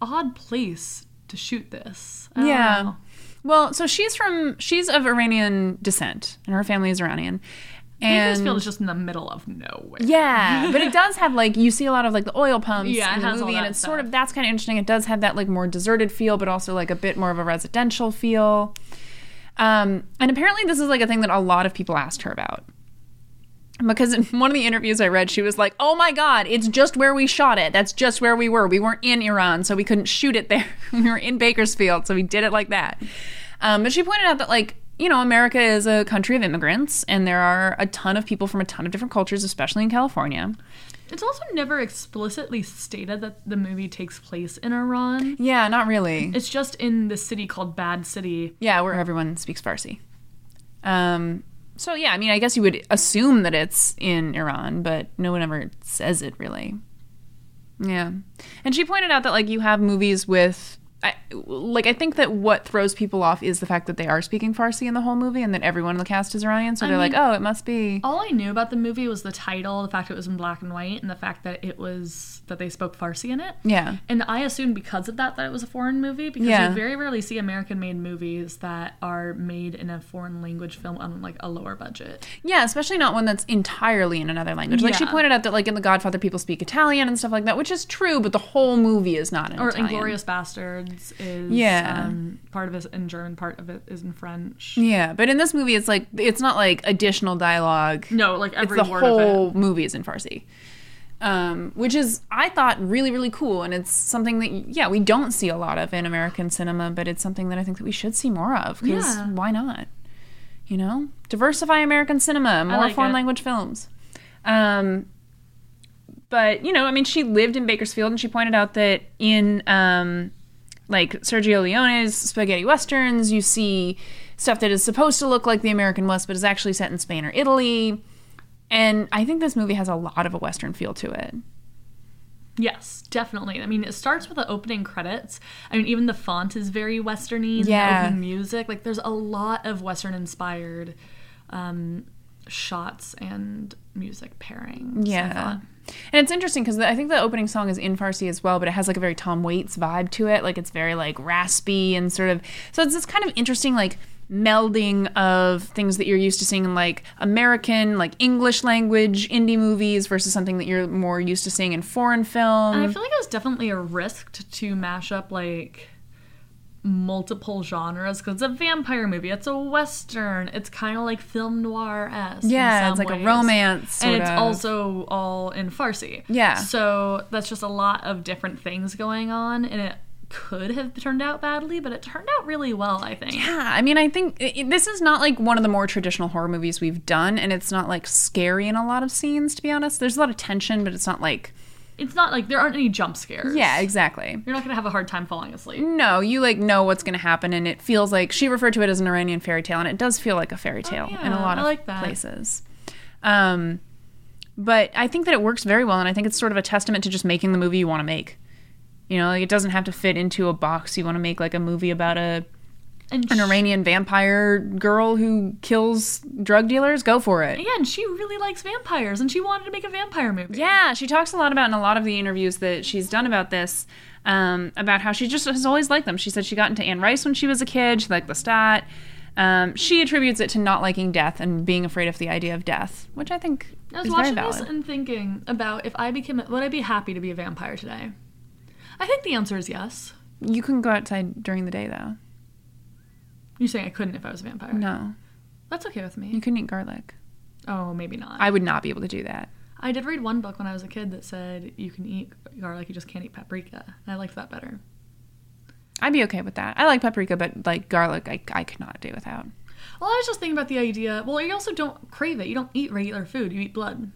odd place to shoot this. I don't
Yeah.
know.
Well, so she's from she's of Iranian descent, and her family is Iranian. And
Bakersfield is just in the middle of nowhere.
Yeah, but it does have like you see a lot of like the oil pumps
Yeah, it
in the
has all
movie, and
that
it's sort
stuff.
of that's kind of interesting. It does have that like more deserted feel, but also like a bit more of a residential feel. Um, and apparently, this is like a thing that a lot of people asked her about. Because in one of the interviews I read, she was like, "Oh my God, it's just where we shot it. That's just where we were. We weren't in Iran, so we couldn't shoot it there. we were in Bakersfield, so we did it like that." Um, but she pointed out that, like, you know, America is a country of immigrants, and there are a ton of people from a ton of different cultures, especially in California.
It's also never explicitly stated that the movie takes place in Iran.
Yeah, not really.
It's just in this city called Bad City.
Yeah, where everyone speaks Farsi. Um, so yeah, I mean, I guess you would assume that it's in Iran, but no one ever says it really. Yeah, and she pointed out that like you have movies with. I, like I think that what throws people off is the fact that they are speaking Farsi in the whole movie, and that everyone in the cast is Iranian. So
I
they're
mean-
like, "Oh, it must be."
All I knew about the movie was the title, the fact it was in black and white, and the fact that it was that they spoke Farsi in it.
Yeah,
And I assumed because of that that it was a foreign movie because
Yeah.
you very rarely see American made movies that are made in a foreign language film on like a lower budget.
yeah, especially not one that's entirely in another language. Like she
Yeah.
pointed out that like in The Godfather, people speak Italian and stuff like that, which is true, but the whole movie is not in
Or
Italian.
Inglorious Bastards is
Yeah.
um, part of it in German, part of it is in French.
Yeah, but in this movie, it's like it's not like additional dialogue.
No, like every
it's the
word of
whole
it.
movie is in Farsi, um, which is I thought really really cool, and it's something that yeah we don't see a lot of in American cinema, but it's something that I think that we should see more of because
Yeah.
why not? You know, diversify American cinema, more
like
foreign
it.
language films. Um, but you know, I mean, she lived in Bakersfield, and she pointed out that in um, like Sergio Leone's spaghetti westerns, you see stuff that is supposed to look like the American West, but is actually set in Spain or Italy. And I think this movie has a lot of a western feel to it.
Yes, definitely. I mean, it starts with the opening credits. I mean, even the font is very westerny. and the
Yeah.
opening music. Like, there's a lot of western inspired um, shots and music pairings. I
Yeah.
thought.
And it's interesting because I think the opening song is in Farsi as well, but it has like a very Tom Waits vibe to it. Like it's very like raspy and sort of. So it's this kind of interesting like melding of things that you're used to seeing in like American, like English language indie movies versus something that you're more used to seeing in foreign film.
I feel like it was definitely a risk to, to mash up like multiple genres because it's a vampire movie, it's a western, it's kind of like film noir esque.
yeah, it's like a romance.
And
sort
it's
of.
also all in Farsi.
Yeah.
So that's just a lot of different things going on, and it could have turned out badly, but it turned out really well, I think.
Yeah, I mean, I think i i- this is not like one of the more traditional horror movies we've done, and it's not like scary in a lot of scenes, to be honest. There's a lot of tension, but it's not like.
It's not like there aren't any jump scares.
Yeah, exactly.
You're not going to have a hard time falling asleep.
No, you like know what's going to happen, and it feels like she referred to it as an Iranian fairy tale, and it does feel like a fairy tale in a
Oh, yeah,
lot
I
of
like that.
places. Um, but I think that it works very well, and I think it's sort of a testament to just making the movie you want to make. You know, like it doesn't have to fit into a box. You want to make like a movie about a
And
an
she-
Iranian vampire girl who kills drug dealers. Go for it.
Yeah, and she really likes vampires, and she wanted to make a vampire movie.
Yeah, she talks a lot about in a lot of the interviews that she's done about this, um, about how she just has always liked them. She said she got into Anne Rice when she was a kid. She liked Lestat. Um, she attributes it to not liking death and being afraid of the idea of death, which I think
I was
is very
watching this
valid.
and thinking about if I became, would I be happy to be a vampire today? I think the answer is yes.
You couldn't go outside during the day though.
You're saying I couldn't if I was a vampire.
No,
That's okay with
you
me.
couldn't eat garlic.
Oh, maybe not.
I would not be able to do that.
I did read one book when I was a kid that said you can eat garlic, you just can't eat paprika. And I liked that better.
I'd be okay with that. I like paprika, but like garlic, I, I could not do without.
Well, I was just thinking about the idea. Well, you also don't crave it. You don't eat regular food. You eat blood.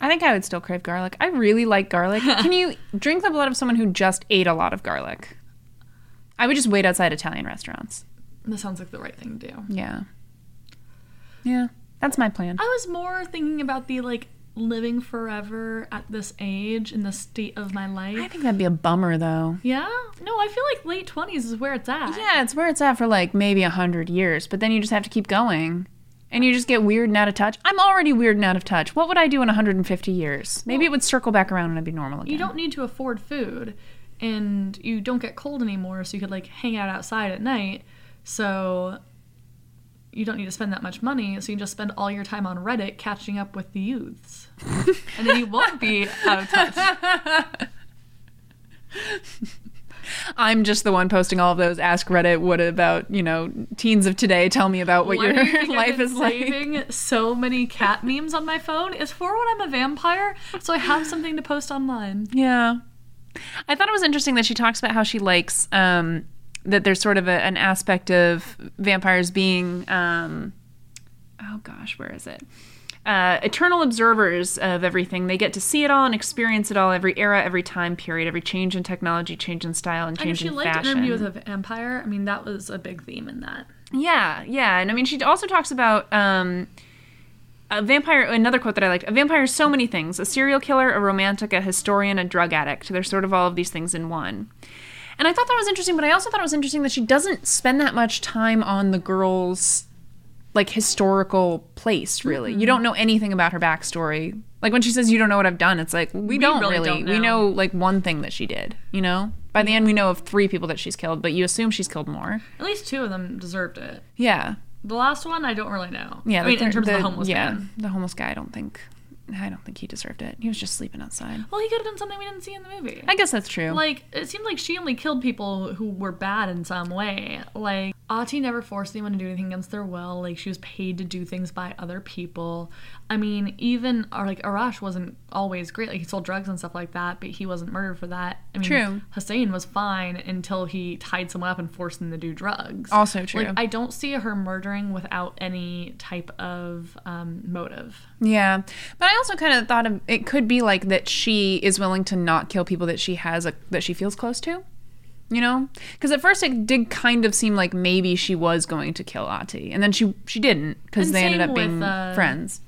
I think I would still crave garlic. I really like garlic. Can you drink the blood of someone who just ate a lot of garlic? I would just wait outside Italian restaurants.
That sounds like the right thing to do.
Yeah. Yeah. That's my plan.
I was more thinking about the like living forever at this age in the state of my
I
life.
think that'd be a bummer though.
Yeah. No, I feel like late twenties is where it's at.
Yeah, it's where it's at for like maybe a hundred years, but then you just have to keep going. And you just get weird and out of touch. I'm already weird and out of touch. What would I do in 150 years? Maybe it would circle back around and I'd be normal again.
You don't need to afford food, and you don't get cold anymore, so you could like hang out outside at night. So you don't need to spend that much money, so you can just spend all your time on Reddit catching up with the youths, and then you won't be out of touch.
I'm just the one posting all of those. Ask Reddit. What about you know teens of today? Tell me about what
Why do
your
you think I've
life
been
is like.
saving so many cat memes on my phone is for when I'm a vampire, so I have something to post online.
Yeah. I thought it was interesting that she talks about how she likes um, that there's sort of a, an aspect of vampires being, um, oh gosh, where is it? Uh, eternal observers of everything. They get to see it all and experience it all every era, every time period, every change in technology, change in style, and
I know
change
she
in
liked
fashion.
Interview with a Vampire. I mean, that was a big theme in that.
Yeah, yeah, and I mean, she also talks about um, a vampire. Another quote that I liked: "A vampire is so many things: a serial killer, a romantic, a historian, a drug addict. They're sort of all of these things in one." And I thought that was interesting, but I also thought it was interesting that she doesn't spend that much time on the girl's like historical place. Really, you don't know anything about her backstory. Like when she says, "You don't know what I've done," it's like we, don't
really
really.
don't
We
know.
know like one thing that she did. You know, by the end, we know of three people that she's killed, but you assume she's killed more.
At least two of them deserved it.
Yeah.
The last one, I don't really know.
Yeah,
I mean, in
third-
terms of the homeless
yeah,
man.
the homeless guy. I don't think, I don't think he deserved it. He was just sleeping outside.
Well, he could have done something we didn't see in the movie.
I guess that's true.
like, it seemed like she only killed people who were bad in some way. Like, Ati never forced anyone to do anything against their will. Like, she was paid to do things by other people. I mean, even, or like, Arash wasn't always great. Like, he sold drugs and stuff like that, but he wasn't murdered for that. I mean,
True.
Hussein was fine until he tied someone up and forced them to do drugs.
also true.
Like, I don't see her murdering without any type of um, motive.
yeah, but I also kind of thought of it could be like that. She is willing to not kill people that she has a, that she feels close to. You know, because at first it did kind of seem like maybe she was going to kill Ati, and then she she didn't because
And
they ended
same
up being
with, uh,
friends.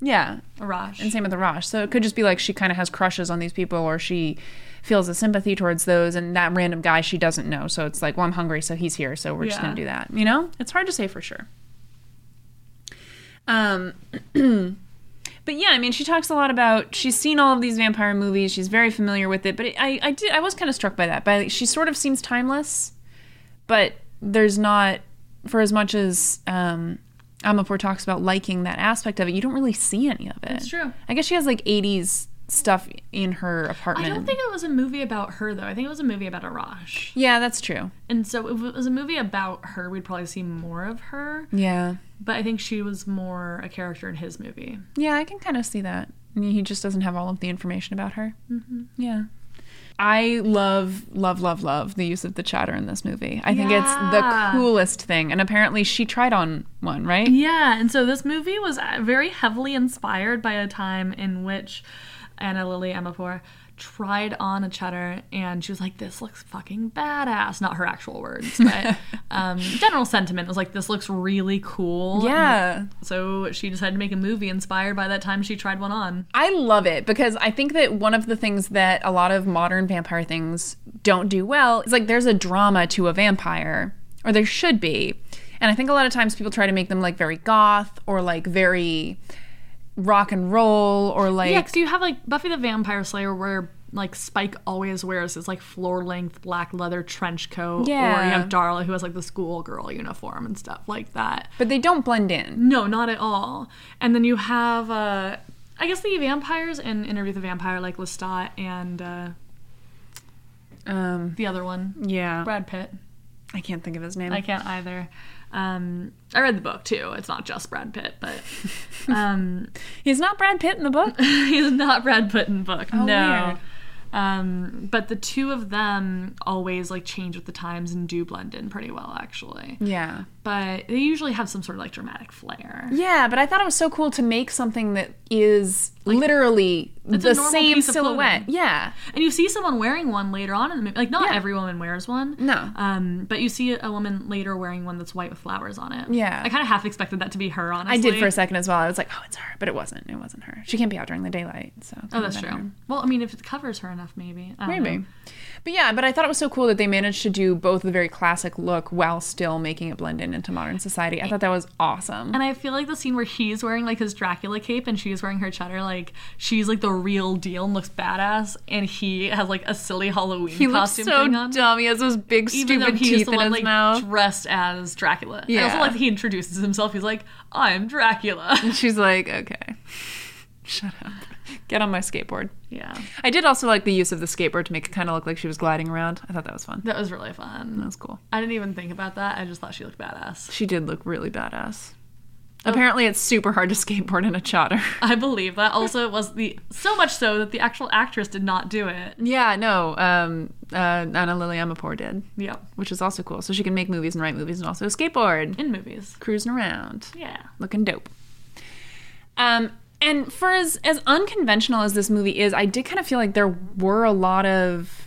Yeah,
Arash.
and same with the Rosh. So it could just be like she kind of has crushes on these people, or she feels a sympathy towards those, and that random guy she doesn't know. So it's like, well, I'm hungry, so he's here, so we're just
Yeah.
gonna do that. You know, it's hard to say for sure. Um, but yeah, I mean, she talks a lot about she's seen all of these vampire movies. She's very familiar with it. But it, I, I did, I was kind of struck by that. By she sort of seems timeless, but there's not for as much as um, Amapur talks about liking that aspect of it, you don't really see any of it.
That's true.
I guess she has like 80s stuff in her apartment.
I don't think it was a movie about her though. I think it was a movie about Arash.
yeah, that's true.
And so if it was a movie about her, we'd probably see more of her.
Yeah.
But I think she was more a character in his movie.
Yeah, I can kind of see that. I mean, he just doesn't have all of the information about her.
Mm-hmm.
Yeah. I love, love, love, love the use of the chatter in this movie. I think it's the
Yeah.
coolest thing. And apparently she tried on one, right?
Yeah, and so this movie was uh, very heavily inspired by a time in which Anna Lily Amapour tried on a cheddar and she was like, This looks fucking badass. Not her actual words, but um, general sentiment was like, This looks really cool.
Yeah.
So she decided to make a movie inspired by that time she tried one on.
I love it because I think that one of the things that a lot of modern vampire things don't do well is like there's a drama to a vampire, or there should be. And I think a lot of times people try to make them like very goth or like very rock and roll or like
Yeah, because you have like Buffy the Vampire Slayer where like Spike always wears his like floor length black leather trench coat. Or you
Yeah.
have Darla who has like the schoolgirl uniform and stuff like that.
but they don't blend in.
No, not at all. And then you have uh I guess the vampires in Interview with the Vampire, like Lestat and uh,
Um
the other one,
yeah.
Brad Pitt.
I can't think of his name.
I can't either. Um, I read the book too. It's not just Brad Pitt, but um,
He's not Brad Pitt in the book.
He's not Brad Pitt in book. no.
Oh, weird.
Um, but the two of them always like change with the times and do blend in pretty well, actually.
yeah.
But they usually have some sort of like dramatic flair.
Yeah, but I thought it was so cool to make something that is literally the
normal
same
piece of
silhouette.
clothing.
Yeah.
And you see someone wearing one later on in the movie. Like not
Yeah.
every woman wears one.
No.
Um, but you see a woman later wearing one that's white with flowers on it.
Yeah.
I kind of half expected that to be her, honestly.
I did for a second as well. I was like, oh, it's her, but it wasn't. It wasn't her. She can't be out during the daylight. So it
Oh,
couldn't
that's
have been her.
true. Well, I mean, if it covers her enough, maybe. I don't
Maybe.
know.
But yeah, but I thought it was so cool that they managed to do both the very classic look while still making it blend in into modern society. I thought that was awesome.
And I feel like the scene where he's wearing like his Dracula cape and she's wearing her cheddar, like she's like the real deal and looks badass, and he has like a silly Halloween costume going on.
dumb. He has those big,
Even though he's the one like dressed as Dracula. I also
Yeah.
like that he introduces himself. He's like, "I'm Dracula."
And she's like, okay, shut up. Get on my skateboard.
yeah,
I did also like the use of the skateboard to make it kind of look like she was gliding around. I thought that was fun.
that was really fun.
That was cool.
I didn't even think about that. I just thought she looked badass.
She did look really badass.
Oh.
Apparently, it's super hard to skateboard in a chatter.
I believe that. Also, it was the so much so that the actual actress did not do it.
Yeah, no. Um, uh, Anna Lily Amapour did,
Yep,
which is also cool. So she can make movies and write movies and also skateboard,
in movies.
cruising around,
Yeah.
looking dope. Um, and for as as unconventional as this movie is, I did kind of feel like there were a lot of,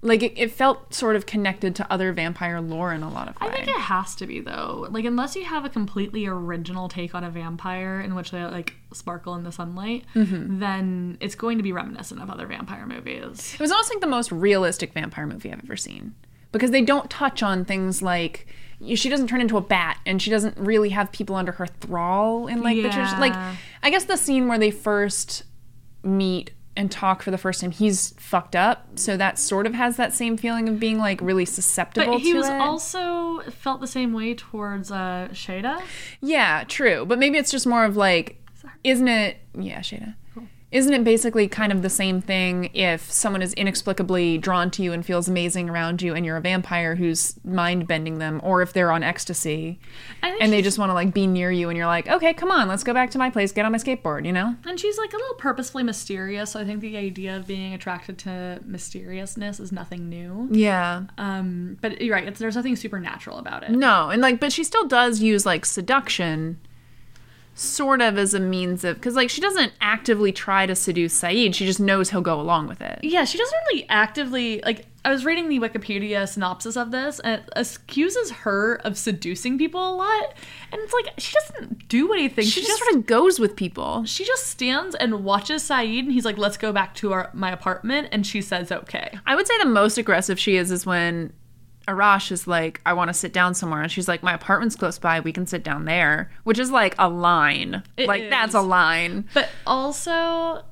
like it, it felt sort of connected to other vampire lore in a lot of
I
ways.
think it has to be though. Like unless you have a completely original take on a vampire in which they like sparkle in the sunlight,
Mm-hmm.
then it's going to be reminiscent of other vampire movies.
It was almost like the most realistic vampire movie I've ever seen because they don't touch on things like you- she doesn't turn into a bat and she doesn't really have people under her thrall in like the
Yeah.
church. Like, I guess the scene where they first meet and talk for the first time, he's fucked up, so that sort of has that same feeling of being like really susceptible.
But he
to
was
it.
also felt the same way towards uh Shada.
yeah, true, but maybe it's just more of like, isn't it? Yeah, Shada. Isn't it basically kind of the same thing if someone is inexplicably drawn to you and feels amazing around you and you're a vampire who's mind bending them, or if they're on ecstasy
I think
and they
she's-
just want to like be near you and you're like, okay, come on, let's go back to my place, get on my skateboard, you know?
and she's like a little purposefully mysterious, so I think the idea of being attracted to mysteriousness is nothing new.
Yeah.
Um but you're right, it's, there's nothing supernatural about it.
Uh, No, and like, but she still does use like seduction sort of as a means of, because like she doesn't actively try to seduce Saeed, she just knows he'll go along with it.
Yeah, she doesn't really actively like. I was reading the Wikipedia synopsis of this, and it accuses her of seducing people a lot. And it's like she doesn't do anything.
She, just sort of goes with people.
she just stands and watches Saeed, and he's like, "Let's go back to our my apartment," and she says, "Okay."
I would say the most aggressive she is is when Arash is like, I want to sit down somewhere. And she's like, My apartment's close by. We can sit down there, which is like a line.
It
like,
is.
that's a line.
But also,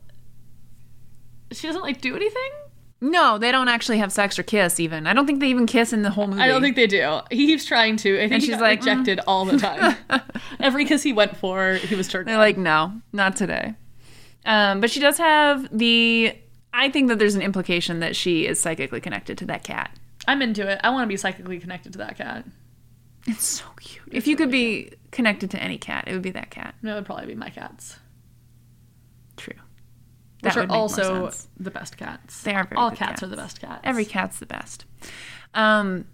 she doesn't like do anything.
No, they don't actually have sex or kiss. Even I don't think they even kiss in the whole movie.
I don't think they do. He keeps trying to. I think
And
he
she's
got
like, "Mm."
rejected all the time. Every kiss he went for, he was turned.
They're
down.
like, no, not today. Um, but she does have the. I think that there's an implication that she is psychically connected to that cat.
I'm into it. I want to be psychically connected to that cat.
It's so cute. if you could be connected to any cat, it would be that cat.
That would probably be my cats,
True.
which
That would
are
make more
also
sense.
the best cats.
They are very
All
good
cats, are the best cats.
Every cat's the best. Um,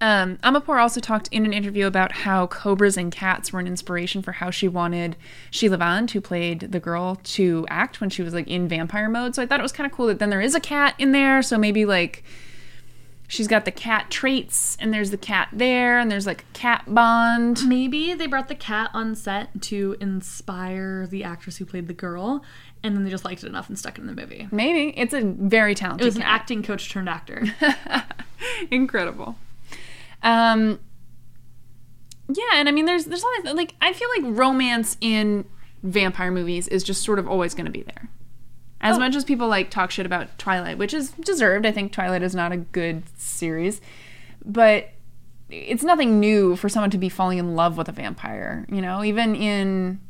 um, Amapur also talked in an interview about how cobras and cats were an inspiration for how she wanted Sheila Vand, who played the girl, to act when she was like in vampire mode. So I thought it was kind of cool that then there is a cat in there. So maybe like she's got the cat traits, and there's the cat there, and there's like a cat bond.
Maybe they brought the cat on set to inspire the actress who played the girl, and then they just liked it enough and stuck it in the movie.
Maybe it's a very
It
talented.
was an
cat.
acting coach turned actor.
Incredible. Um, yeah, and I mean, there's there's all that, like I feel like romance in vampire movies is just sort of always going to be there. As much as people like talk shit about Twilight, which is deserved, I think Twilight is not a good series, but it's nothing new for someone to be falling in love with a vampire. You know, even in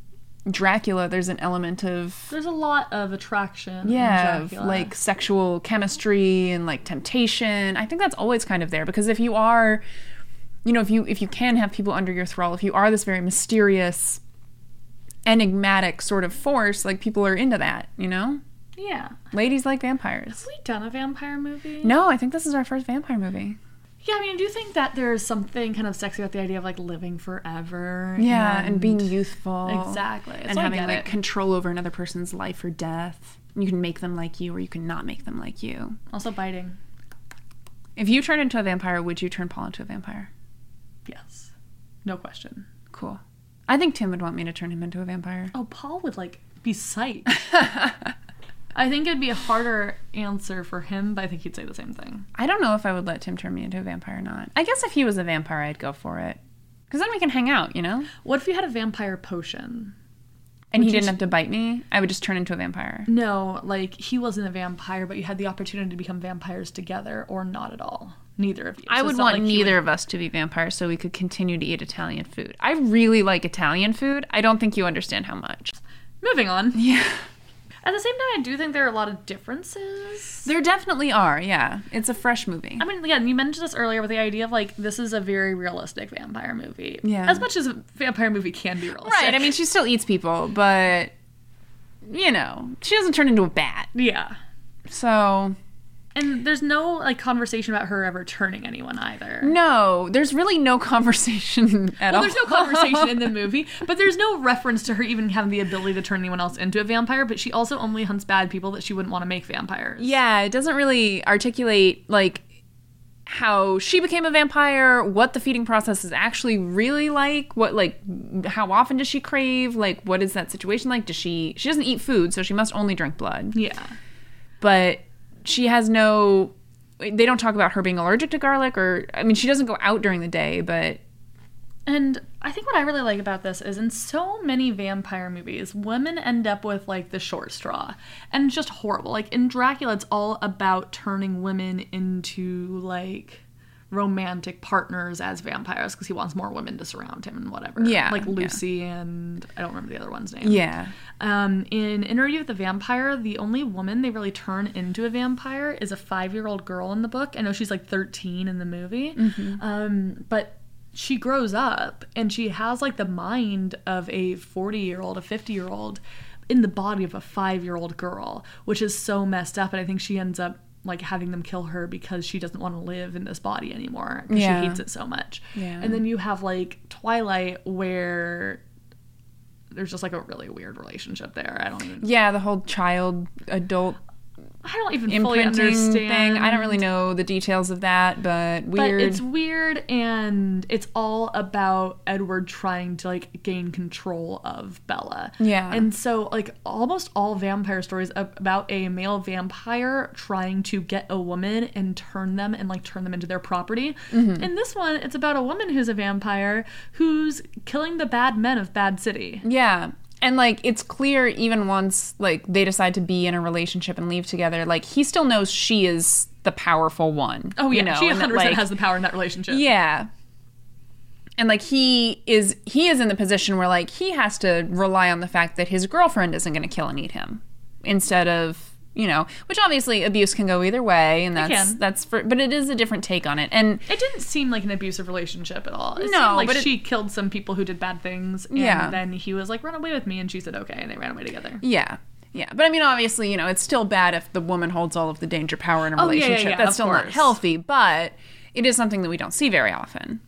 Dracula, there's an element of
There's a lot of attraction.
yeah,
in
of,
Dracula.
like sexual chemistry and like temptation. I think that's always kind of there because if you are, you know, if you if you can have people under your thrall, if you are this very mysterious, enigmatic sort of force, like people are into that. You know,
yeah.
ladies like vampires.
Have we done a vampire movie?
No, I think this is our first vampire movie.
Yeah, I mean, I do think that there's something kind of sexy about the idea of like living forever.
Yeah, and, being youthful.
exactly
And having like control over another person's life or death. You can make them like you or you can not make them like you.
also biting.
If you turned into a vampire, would you turn Paul into a vampire?
Yes, no question.
Cool. I think Tim would want me to turn him into a vampire.
Oh, Paul would like be psyched. I think it'd be a harder answer for him, but I think he'd say the same thing.
I don't know if I would let Tim turn me into a vampire or not. I guess if he was a vampire, I'd go for it. Because then we can hang out, you know?
What if you had a vampire potion?
And he
Which
didn't
is-
have to bite me. I would just turn into a vampire.
No, like he wasn't a vampire, but you had the opportunity to become vampires together, or not at all. Neither of you.
I
So it's
would
not
want
like he
neither of us to be vampires so we could continue to eat Italian food. I really like Italian food. I don't think you understand how much.
Moving on.
Yeah.
At the same time, I do think there are a lot of differences.
There definitely are, yeah. It's a fresh movie.
I mean, again, you mentioned this earlier, but the idea of like this is a very realistic vampire movie.
Yeah.
As much as a vampire movie can be realistic.
Right. I mean, she still eats people, but, you know, she doesn't turn into a bat.
yeah.
So.
And there's no like conversation about her ever turning anyone either.
No, there's really no conversation at all.
Well, there's no conversation in the movie, but there's no reference to her even having the ability to turn anyone else into a vampire. But she also only hunts bad people that she wouldn't want to make vampires.
yeah, it doesn't really articulate like how she became a vampire, what the feeding process is actually really like, what like how often does she crave, like what is that situation like? Does she she doesn't eat food, so she must only drink blood.
Yeah.
But she has no they don't talk about her being allergic to garlic or I mean she doesn't go out during the day, but
And I think what I really like about this is in so many vampire movies, women end up with like the short straw. And it's just horrible. Like in Dracula, it's all about turning women into like romantic partners as vampires because he wants more women to surround him and whatever.
Yeah,
Like
yeah.
Lucy and I don't remember the other one's name.
yeah.
Um, in Interview with the Vampire, the only woman they really turn into a vampire is a five year old girl in the book. I know she's like 13 in the movie, um, but she grows up and she has like the mind of a 40 year old, a 50 year old in the body of a five year old girl, which is so messed up. And I think she ends up like having them kill her because she doesn't want to live in this body anymore because
Yeah.
she hates it so much.
Yeah.
And then you have like Twilight where there's just like a really weird relationship there. I don't even
Yeah, the whole child adult
I don't even fully
imprinting
understand.
thing. I don't really know the details of that, but
But
weird.
it's weird and it's all about Edward trying to like gain control of Bella.
Yeah.
And so like almost all vampire stories ab- about a male vampire trying to get a woman and turn them and like turn them into their property.
Mm-hmm.
In this one, it's about a woman who's a vampire who's killing the bad men of Bad City.
yeah. and like it's clear even once like they decide to be in a relationship and leave together, like he still knows she is the powerful one.
Oh yeah,
you know,
she
and
100%
that, like,
has the power in that relationship.
Yeah. And like he is he is in the position where like he has to rely on the fact that his girlfriend isn't going to kill and eat him instead of, you know, which obviously abuse can go either way and that's
can.
that's for but it is a different take on it. And
It didn't seem like an abusive relationship at all. It
No,
seemed like
but it-
she killed some people who did bad things, and
Yeah.
then he was like, "Run away with me," and she said, "Okay," and they ran away together.
yeah. Yeah, but I mean, obviously, you know, it's still bad if the woman holds all of the danger power in a
Oh, yeah, yeah,
relationship.
yeah,
That's
of
still not
course.
healthy, but it is something that we don't see very often.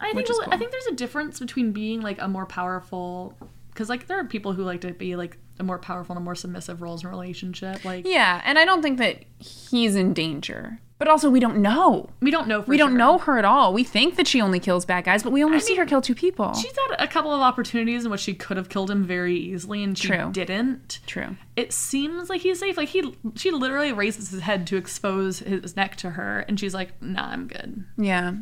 I think
Which is
I think there's a difference between being like a more powerful, because like there are people who like to be like a more powerful and a more submissive roles in a relationship. Like
Yeah, and I don't think that he's in danger, but also we don't know.
we don't know. For
we don't
sure.
know her at all. We think that she only kills bad guys, but we only see her kill two people.
She's had a couple of opportunities in which she could have killed him very easily, and she
True.
didn't.
True.
It seems like he's safe. Like he, she literally raises his head to expose his neck to her, and she's like, "Nah, I'm good."
Yeah.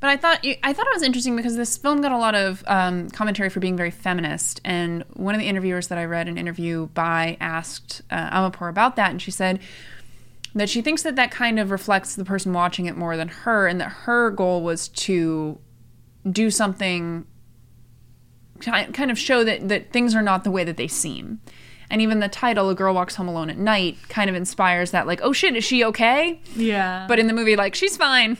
But I thought I thought it was interesting because this film got a lot of um, commentary for being very feminist, and one of the interviewers that I read an interview by asked uh, Amapur about that, and she said that she thinks that that kind of reflects the person watching it more than her, and that her goal was to do something ki- kind of show that that things are not the way that they seem. And even the title "A Girl Walks Home Alone at Night" kind of inspires that, like, "Oh shit, is she okay?"
Yeah,
But in the movie, like, she's fine.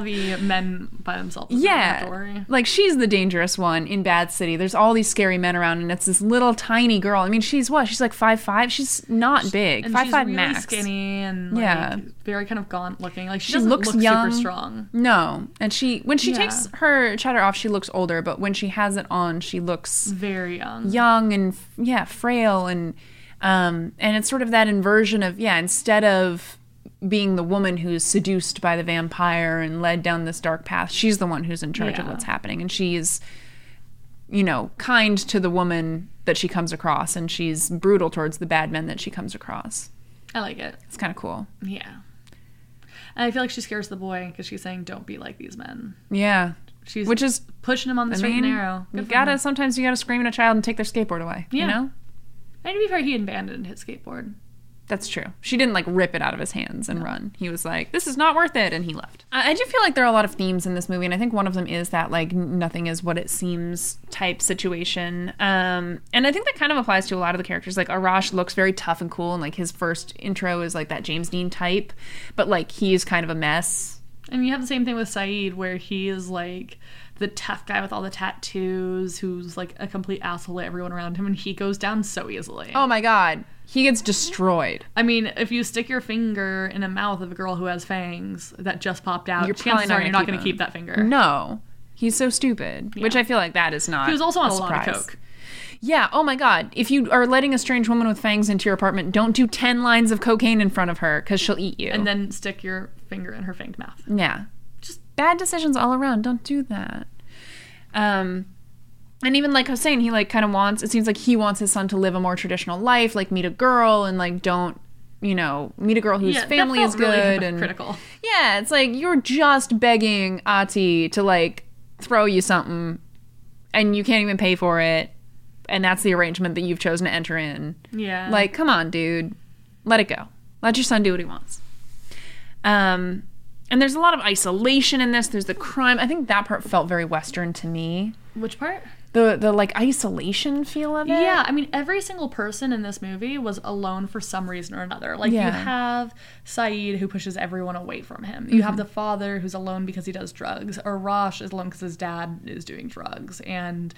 the men by themselves.
Yeah.
Don't worry.
Like she's the dangerous one in Bad City. There's all these scary men around and it's this little tiny girl. I mean, she's what? She's like five five. She's not big.
And
five
she's
five
really
max.
skinny and like,
Yeah.
very kind of gaunt looking. Like she,
She
doesn't
looks
look
young.
super strong.
No. And she when she
Yeah.
takes her chatter off, she looks older, but when she has it on, she looks
Very young.
young and f- yeah, frail and um and it's sort of that inversion of yeah, instead of being the woman who's seduced by the vampire and led down this dark path, she's the one who's in charge of
Yeah.
what's happening and she is you know, kind to the woman that she comes across and she's brutal towards the bad men that she comes across.
I like it.
It's kind of cool.
Yeah. And I feel like she scares the boy because she's saying, "Don't be like these men."
Yeah.
She's
Which is
pushing him on the
I
straight
mean,
and narrow.
you
Good for
gotta
him.
sometimes you gotta scream at a child and take their skateboard away.
Yeah.
You know?
And to be fair, he abandoned his skateboard.
That's true. She didn't like rip it out of his hands and run. He was like, "This is not worth it," and he left. I, I do feel like there are a lot of themes in this movie, and I think one of them is that like n- nothing is what it seems type situation. Um, and I think that kind of applies to a lot of the characters. Like Arash looks very tough and cool, and like his first intro is like that James Dean type, but like he's kind of a mess.
And you have the same thing with Saeed, where he is like the tough guy with all the tattoos, who's like a complete asshole to everyone around him, and he goes down so easily.
Oh my god, he gets destroyed.
I mean, if you stick your finger in a mouth of a girl who has fangs that just popped out,
You're probably
chances
not
are
gonna
you're not
keep Mm-hmm.
going to
him.
keep that finger.
No, he's so stupid. Which I feel like that is not.
He was also on a, lot
surprise.
of coke.
Yeah. Oh my God. If you are letting a strange woman with fangs into your apartment, don't do ten lines of cocaine in front of her because she'll eat you.
And then stick your finger in her fanged mouth.
yeah, just bad decisions all around. Don't do that. Um, and even like I was saying, he like kind of wants. It seems like he wants his son to live a more traditional life, like meet a girl and like don't, you know, meet a girl whose
Yeah, that
family
felt
is
really
good and
hypocritical.
yeah, it's like you're just begging Ati to like throw you something and you can't even pay for it. And that's the arrangement that you've chosen to enter in.
Yeah.
Like, come on, dude. Let it go. Let your son do what he wants. Um, and there's a lot of isolation in this. There's the crime. I think that part felt very Western to me.
which part?
The the like isolation feel of it.
Yeah, I mean, every single person in this movie was alone for some reason or another. Like, you
Yeah.
have Saeed, who pushes everyone away from him. You
Mm-hmm.
have the father, who's alone because he does drugs. Or Rosh is alone because his dad is doing drugs. And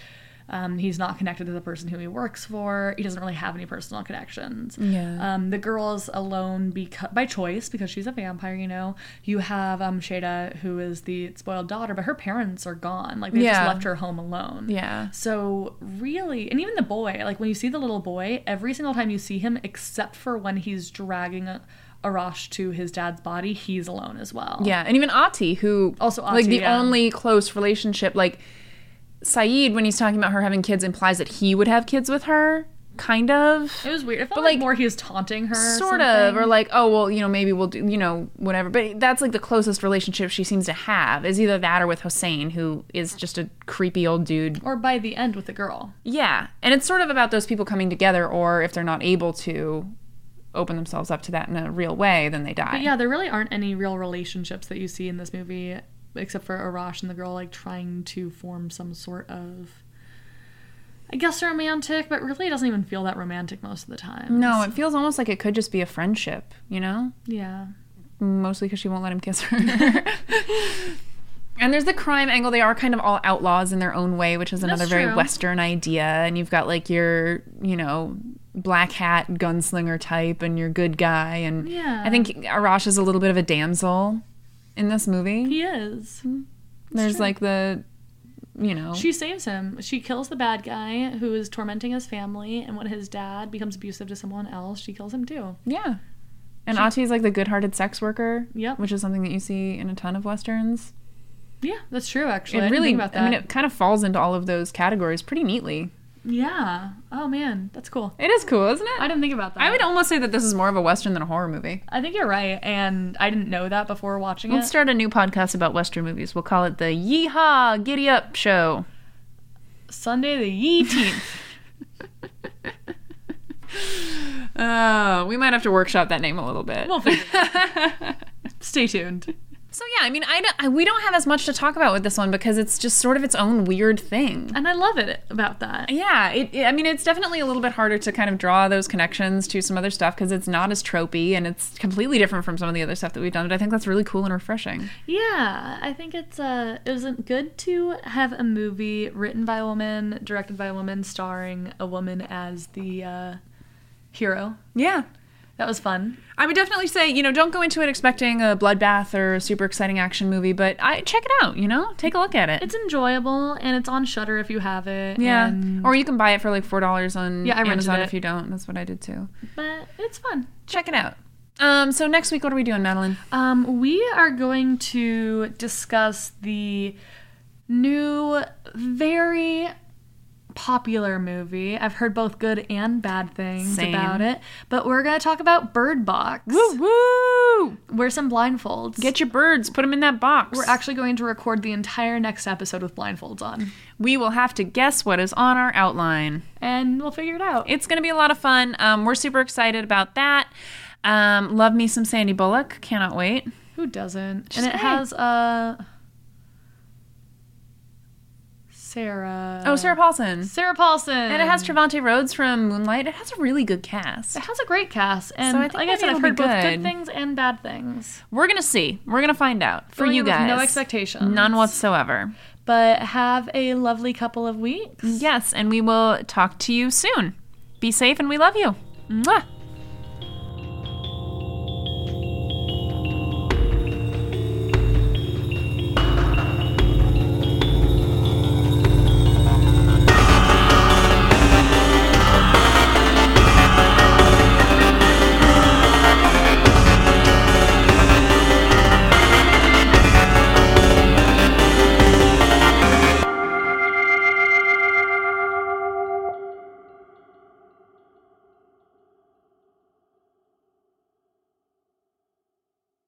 um, he's not connected to the person who he works for. He doesn't really have any personal connections.
Yeah.
Um, the girl's alone because, by choice because she's a vampire, you know. You have um, Shada, who is the spoiled daughter, but her parents are gone. Like, they
Yeah.
just left her home alone.
Yeah.
So really, and even the boy, like when you see the little boy, every single time you see him, except for when he's dragging Arash to his dad's body, he's alone as well.
Yeah, and even Ati, who
Also
like
Ati,
the
yeah.
only close relationship. Like Saeed, when he's talking about her having kids, implies that he would have kids with her kind of.
It was weird. It felt
But,
like,
like,
more he was taunting her. or
sort of
something.
or like oh well you know maybe we'll do you know whatever but that's like the closest relationship she seems to have is either that or with hossein who is just a creepy old dude
or by the end with the girl.
yeah and it's sort of about those people coming together or if they're not able to open themselves up to that in a real way then they die
But yeah, there really aren't any real relationships that you see in this movie except for Arash and the girl like trying to form some sort of I guess romantic, but really it doesn't even feel that romantic most of the time.
no it feels almost like it could just be a friendship you know
Yeah.
mostly because she won't let him kiss her And there's the crime angle. They are kind of all outlaws in their own way, which is another very
true.
Western idea. And you've got like your, you know, black hat gunslinger type and your good guy. And
Yeah.
I think Arash is a little bit of a damsel in this movie.
He is.
There's like the, you know,
She saves him. She kills the bad guy who is tormenting his family, and when his dad becomes abusive to someone else, she kills him too.
yeah. And Ati is like the good-hearted sex worker,
Yep.
which is something that you see in a ton of westerns.
Yeah, that's true. Actually, I
It
didn't
really,
think about that.
I mean, it kind of falls into all of those categories pretty neatly.
yeah. Oh man, that's cool.
It is cool, isn't it?
I didn't think about that.
I would almost say that this is more of a western than a horror movie.
I think you're right, and I didn't know that before watching
Let's
it.
start a new podcast about western movies. We'll call it the Yeehaw Giddy Up Show.
Sunday the Yeeteenth.
Oh, we might have to workshop that name a little bit.
We'll figure it out. Stay tuned.
so yeah, I mean, I, don't- I- we don't have as much to talk about with this one because it's just sort of its own weird thing.
And I love it about that.
Yeah, it, it- I mean, it's definitely a little bit harder to kind of draw those connections to some other stuff because it's not as tropey and it's completely different from some of the other stuff that we've done. But I think that's really cool and refreshing.
Yeah, I think it's uh, it was good to have a movie written by a woman, directed by a woman, starring a woman as the uh, hero.
Yeah,
That was fun.
I would definitely say, you know, don't go into it expecting a bloodbath or a super exciting action movie, but I check it out, you know? Take a look at it.
It's enjoyable, and it's on Shutter if you have it.
yeah.
and-
Or you can buy it for like $4 on
Yeah, I rented
Amazon
it.
if you don't. That's what I did too.
but it's fun.
Check it out. Um, so next week what are we doing, Madeline?
Um, we are going to discuss the new, very popular movie. I've heard both good and bad things
Same.
about it, but we're going to talk about Bird Box.
woo!
Wear some blindfolds.
Get your birds, put them in that box.
we're actually going to record the entire next episode with blindfolds on,
we will have to guess what is on our outline.
and we'll figure it out.
It's going to be a lot of fun. Um, we're super excited about that. Um, love me some Sandy Bullock. Cannot wait.
Who doesn't?
Just
and it
saying.
has uh, Sarah.
oh, Sarah Paulson.
Sarah Paulson.
And it has
um,
Trevante Rhodes from Moonlight. It has a really good cast.
It has a great cast, and
So I think
like I
maybe
said, I've
it'll be
heard both good
good.
things and bad things
We're gonna see. We're gonna find out for
Going
you
in with
guys.
No expectations,
None whatsoever.
But have a lovely couple of weeks.
Yes, and we will talk to you soon. Be safe, and we love you. Mwah.